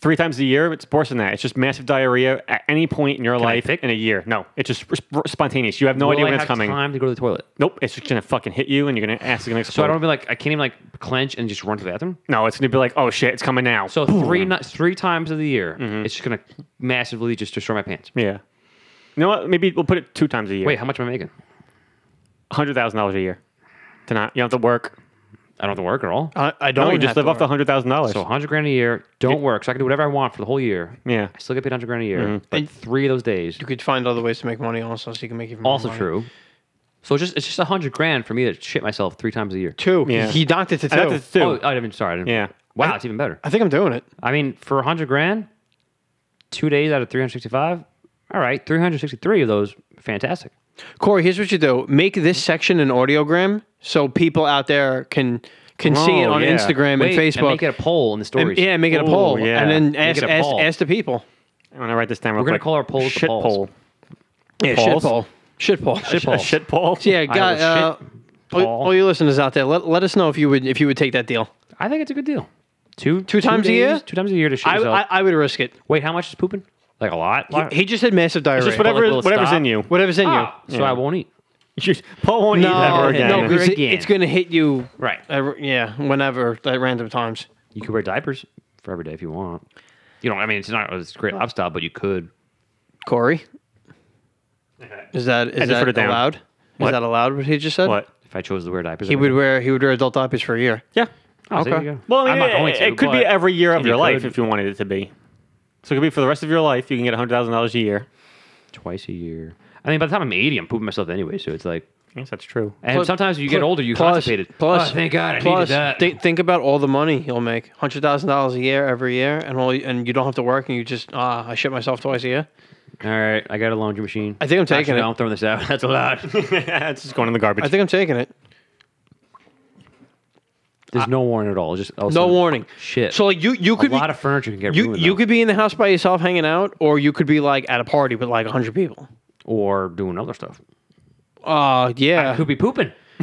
Three times a year, it's worse than that. It's just massive diarrhea at any point in your
I
life
pick?
in a year. No, it's just sp- spontaneous. You have no
Will
idea
I
when it's
have
coming.
Time to go to the toilet.
Nope, it's just gonna fucking hit you, and you're gonna ass is gonna explode.
So I don't be like I can't even like clench and just run to the bathroom.
no, it's gonna be like, oh shit, it's coming now.
So three ni- three times of the year,
Mm-hmm.
it's just gonna massively just destroy my pants.
yeah, you know what? Maybe we'll put it two times a year.
Wait, how much am I making?
hundred thousand dollars a year to not. You don't have to work.
I don't have to work at all.
I, I
No,
don't.
you just live off the hundred thousand dollars.
So hundred grand a year, don't work. So I can do whatever I want for the whole year.
yeah,
I still get paid hundred grand a year, but
And-
three of those days
You could find other ways to make money also, so you can make even more
also
money.
true. So it's just it's just hundred grand for me to shit myself three times a year.
Two.
Yeah.
He, he knocked it to two.
I
I,
got this too.
Oh, I didn't. Sorry. I didn't,
Yeah.
Wow, it's even better.
think I'm doing it.
I mean, for hundred grand, two days out of three hundred sixty-five. All right, three hundred sixty-three of those, fantastic.
Corey, here's what you do: make this section an audiogram, so people out there can can see it
Oh,
on
yeah.
Instagram
Wait,
and Facebook.
make it a poll in the
And-
stories.
yeah, make it a
Ooh,
poll,
yeah.
and then
Make
ask,
it a
ask,
poll.
ask the people.
I'm gonna write this down. Real
We're gonna
quick.
call our polls the
shit
polls.
poll.
Yeah,
Polls?
shit poll, shit poll,
Shit poll. Shit poll.
Yeah,
will
guys, uh,
shit
all,
poll.
all you listeners out there, let, let us know if you would if you would take that deal.
I think it's a good deal. Two two
times a
days-
year?
Two times a year to shit
I,
yourself.
I, I would risk it.
Wait, how much is pooping? Like a lot. Lot?
He just said massive diarrhea.
Just whatever,
Like, will it
whatever's
stop?
in you.
whatever's in
Ah,
you.
so I won't eat.
You- [laughs] Paul won't eat ever again.
no, 'cause it-
Again.
it's going to hit you.
Right.
every- yeah, whenever at random times.
You could wear diapers for every day if you want. You know, I mean, it's not it's a great lifestyle, but you could.
Corey, is that is
just put it
that
down.
allowed? Is
What?
that allowed? What he just said?
What?
If I oh, chose to wear diapers,
He would wear he would wear adult diapers for a year.
Yeah.
okay.
Well, I mean, it, it could be every year of
you
your life
could.
if you wanted it to be. So it could be for the rest of your life. You can get hundred thousand dollars a year.
twice a year. I mean, by the time I'm 80, I'm pooping myself anyway, so it's like.
I guess that's [laughs] true.
And
Plus-
sometimes you get
plus-
older, you
plus-
constipated.
Plus,
oh, thank God, I needed
plus,
that.
thi- think about all the money he'll make hundred thousand dollars a year every year, and all and you don't have to work, and you just ah, I shit myself twice a year.
All right, I got a laundry machine.
I think I'm taking
Actually,
it.
No, I'm throwing this out. [laughs] That's a lot.
it's just going in the garbage.
I think I'm taking it.
There's no warning at all. Just all of a
No
sudden,
warning.
Shit.
So like you, you could
a lot
be,
of furniture can get
you
ruined.
you
though.
could be in the house by yourself hanging out, or you could be like at a party with like hundred people.
or doing other stuff.
Uh yeah.
Could be pooping. [laughs]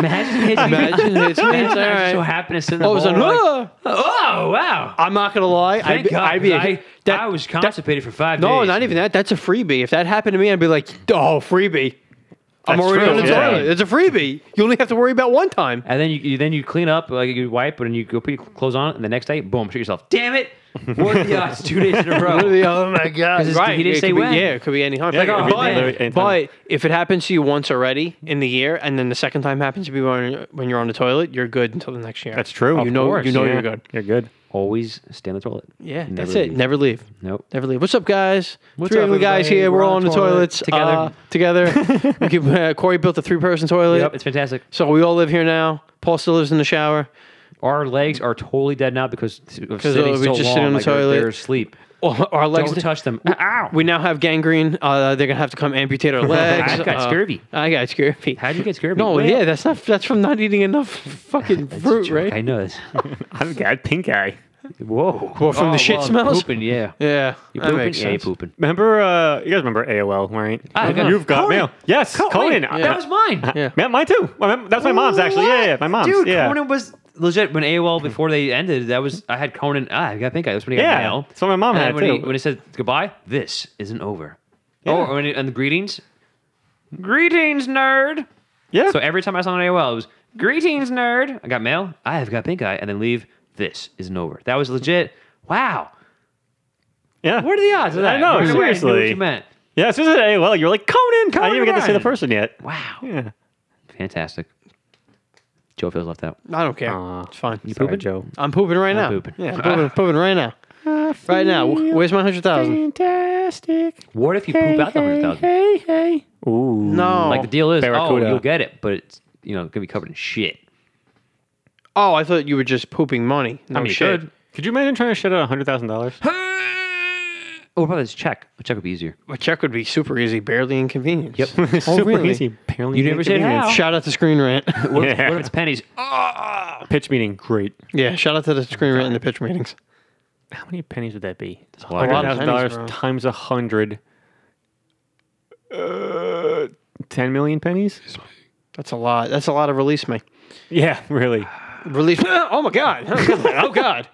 Imagine his
Imagine
[laughs]
it's me. It's all
so
right.
happy to sit in the
All of a
bowl,
sudden,
like,
"Ah!"
oh wow.
I'm not gonna lie.
Thank
I'd be,
God,
I'd be a-
'cause I,
that-
I was
that-
constipated for five days.
No, not even that. That's a freebie. If that happened to me, I'd be like, oh, freebie. I'm
That's
already
true,
on the
yeah.
toilet. It's a freebie. You only have to worry about one time.
And then you, you then you clean up, like you wipe, and you go put your clothes on, and the next day, boom, shit yourself. Damn it! What
[laughs]
are the odds? Two days in a row.
oh my god!
it's-
Right?
he didn't
it
say
could be-
when.
Yeah, it could be any time.
Yeah, it could be literally any
but,
time.
but if it happens to you once already in the year, and then the second time happens to be when, when you're on the toilet, you're good until the next year.
That's true.
You know,
course,
you know,
yeah.
you're good.
You're good.
Always stay on the toilet.
Yeah,
Never
that's it.
leave.
Never leave.
Nope.
Never leave. What's up, guys?
What's
Three
up,
of the guys
everybody?
here. We're,
We're
all on the toilets
toilet
together.
[laughs]
Uh, together. We keep- uh, Corey built a three-person toilet.
Yep, it's fantastic.
So we all live here now. Paul still lives in the shower.
Our legs are totally dead now because of
uh,
sitting
we
so
just
long.
sit on the
like, they're-
toilet.
They're asleep.
Our our legs.
Don't touch them. Ow!
We now have gangrene. Uh, they're gonna have to come
[laughs]
amputate our legs.
I got
Uh,
scurvy.
I got scurvy.
How would you get scared?
No,
Well,
yeah, that's not. That's from not eating enough fucking
that's [laughs] a
fruit,
joke.
right?
I know this.
I've got pink eye.
Whoa. Oh,
Well, from the shit
well,
smells?
Pooping, yeah.
Yeah,
You
that
pooping?
makes
yeah, you
sense.
pooping.
Remember, uh, you guys remember AOL, right?
got-
You've Ah, got mail. Yes, Conan.
Wait,
I-
That was mine.
Yeah.
Yeah, mine too. My mem- That's my mom's actually. Yeah, yeah, my mom's.
Dude,
yeah. Hmm.
Conan was legit when AOL before they ended. That was I had Conan. Ah, I got pink eye. That's when he
Yeah,
got mail.
that's Uh, what my mom
and
had,
then when He,
too.
when he said goodbye, this isn't over. Oh, and, and the greetings. Greetings, nerd.
yeah.
So every time I saw on AOL, it was greetings, nerd. I got mail. I have got pink eye, and then leave. This isn't over. That was legit. Wow.
yeah.
What are the odds of that?
I know,
Right away, knew what
seriously.
you meant.
Yeah, as soon as I said AOL, you're like, Conan! I didn't even get to see the
Conan!
person yet.
Wow.
Yeah.
Fantastic. Joe feels left out.
I don't care.
Aw.
it's fine.
You pooping?
Joe.
I'm pooping right now.
pooping.
Yeah,
[laughs]
I'm pooping, pooping right now. Right now. Wh- Where's my hundred
Mm,
thousand?
Fantastic.
What if you poop out the hundred thousand?
Hey, hey. Ooh.
No.
Like the deal is,
Barracuda.
oh, you'll get it, but it's you know gonna be covered in shit.
Oh, I thought you were just pooping money. No
I mean, you
shit.
could.
Could you imagine trying to shit out [laughs] $100,000?
Oh, probably just check. A check would be easier.
A check would be super easy, barely inconvenient. [laughs]
Yep. what,
Oh, really?
Apparently
You never said
inconvenient.
how.
Shout out to Screen [laughs] Rant.
if,
Yeah.
what if it's pennies? Oh,
Pitch meeting, great.
yeah, shout out to the Screen Rant and the pitch meetings.
How many pennies would that be? That's a
lot.
lot.
A lot of pennies, bro.
$100,000 times 100. Uh, 10 million pennies?
That's a lot. That's a lot of release me.
Yeah, really. I
Release. [laughs] Oh my god. Oh god.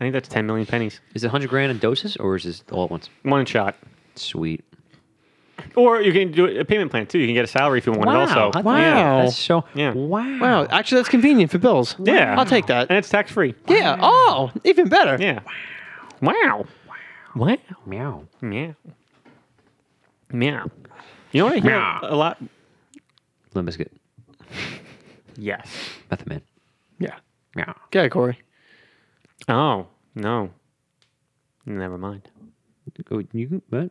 think that's 10 million pennies.
is it hundred grand in doses or is this all at once?
One shot.
Sweet.
Or you can do a payment plan too. You can get a salary if you want it also.
that's-
Wow.
Oh, Yeah.
That's so.
Yeah.
Wow.
[laughs] Wow. Actually, that's convenient for bills.
Yeah.
I'll take that.
And it's tax free.
Yeah. Oh, even better.
Yeah. Wow. Wow.
Meow.
Meow. Meow. You know what I hear
Meow.
a lot?
Limp Bizkit.
Yes.
Method Man.
Yeah.
Meow.
Yeah, Corey.
Oh, no. Never mind.
Oh, you what?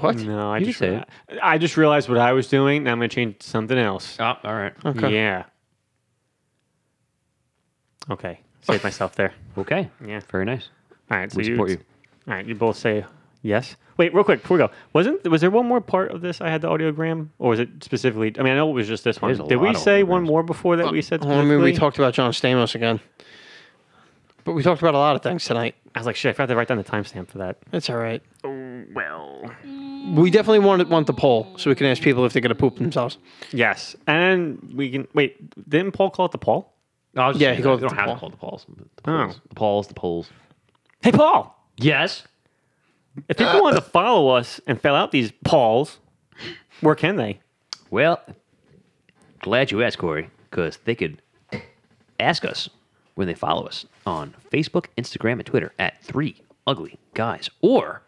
What?
No, I
You
just
can say
I just realized what I was doing. Now I'm going to change to something else.
Oh, all right.
Okay.
Yeah. Okay. Saved myself there.
Okay.
Yeah.
Very nice.
All right. So
We support you.
All right. You both say yes. Wait, real quick before we go, wasn't was there one more part of this I had the audiogram, or was it specifically? I mean, I know it was just this one.
There's a
Did we
lot of
say one
audiograms.
more before that we said?
Well, Uh, I mean,
specifically?
we talked about John Stamos again, but we talked about a lot of things tonight.
I was like, shit, I forgot to write down the timestamp for that.
That's all right.
Well,
We definitely want want the poll so we can ask people if they're gonna poop themselves.
yes, and we can wait. Didn't Paul call it the Paul?
I was just
Yeah,
saying
he
that.
called
You
it
don't
the
have
Paul.
to call it the polls. The
Oh.
polls. The polls. The polls.
Hey, Paul.
Yes.
If people want to
Uh,
follow us and fill out these Pauls, where can they?
Well, glad you asked, Corey, because they could ask us when they follow us on Facebook, Instagram, and Twitter at Three Ugly Guys, or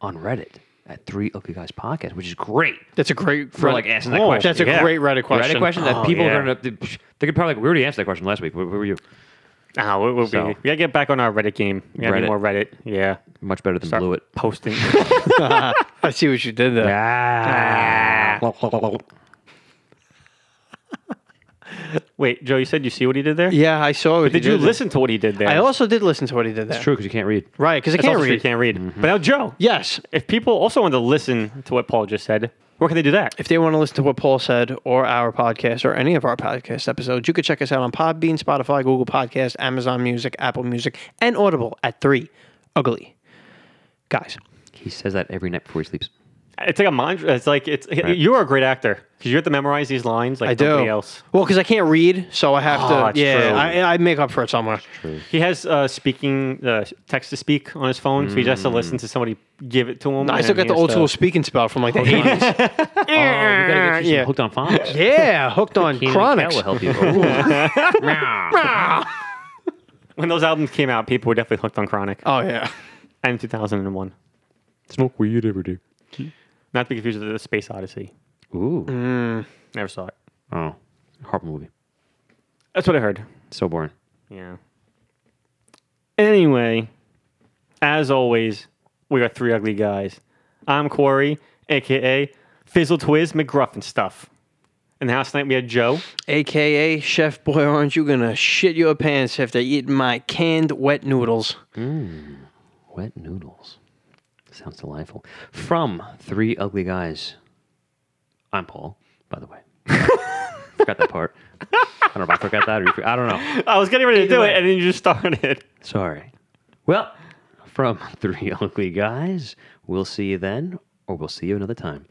on Reddit at Three Ugly Guys Podcast, which is great
That's a great
for like asking that
Oh,
question.
That's a
Yeah.
great Reddit question.
Reddit question that
Oh,
people
yeah.
are gonna they they could probably like, we already answered that question last week. Where, where were you?
Ah, we, we'll
So-
be, we gotta get back on our Reddit game. We gotta do
Reddit.
more Reddit. Yeah,
Much better than
Start
blew it.
posting.
[laughs]
I see what you did there.
Ah.
Ah.
wait, Joe, you said you see what he did there?
Yeah, I saw it.
Did you listen to what he did there?
I also did listen to what he did there.
True, because you can't read.
Right, because I
That's
can't Mm-hmm.
also true,
read.
Can't read. But now, Joe,
Yes.
if people also want to listen to what Paul just said, Where can they do that?
If they want to listen to what Paul said or our podcast or any of our podcast episodes, you could check us out on Podbean, Spotify, Google Podcast, Amazon Music, Apple Music, and Audible at 3 Ugly. Guys,
He says that every night before he sleeps.
It's like a mantra. It's like it's you are a great actor because you have to memorize these lines like
I
nobody
do.
else.
Well, because I can't read, so I have
Ah,
to.
it's
Yeah,
true.
I, I make up for it somewhere.
He has uh, speaking uh, text to speak on his phone, so he just has to listen to somebody give it to him.
Mm. I
and
still got
he
the
has
old
to-
school speaking spell
[laughs]
from like the 80s.
Oh, we gotta get you some
yeah.
hooked on phonics.
yeah, [laughs] hooked on
Keenan and
chronics.
Kel will help
[laughs]
you.
[laughs]
When those albums came out, people were definitely hooked on Chronic
Oh, yeah.
and 2001.
Smoke weed every day.
Not to be confused with the Space Odyssey.
Ooh.
Never saw it.
Oh, horrible movie.
That's what I heard.
So boring.
Yeah. Anyway, as always, we are three ugly guys. I'm Corey, aka Fizzle Twiz McGruffin stuff. And the house tonight we had Joe.
AKA Chef Boy, aren't you gonna shit your pants after eating my canned wet noodles?
Wet noodles. Sounds delightful. From Three Ugly Guys. I'm Paul, by the way. [laughs] forgot that part. I don't know if I forgot that or you- I don't know.
[laughs] I was getting ready to do it, and then you just started.
Sorry. [laughs] Well, from Three Ugly Guys, we'll see you then, or we'll see you another time.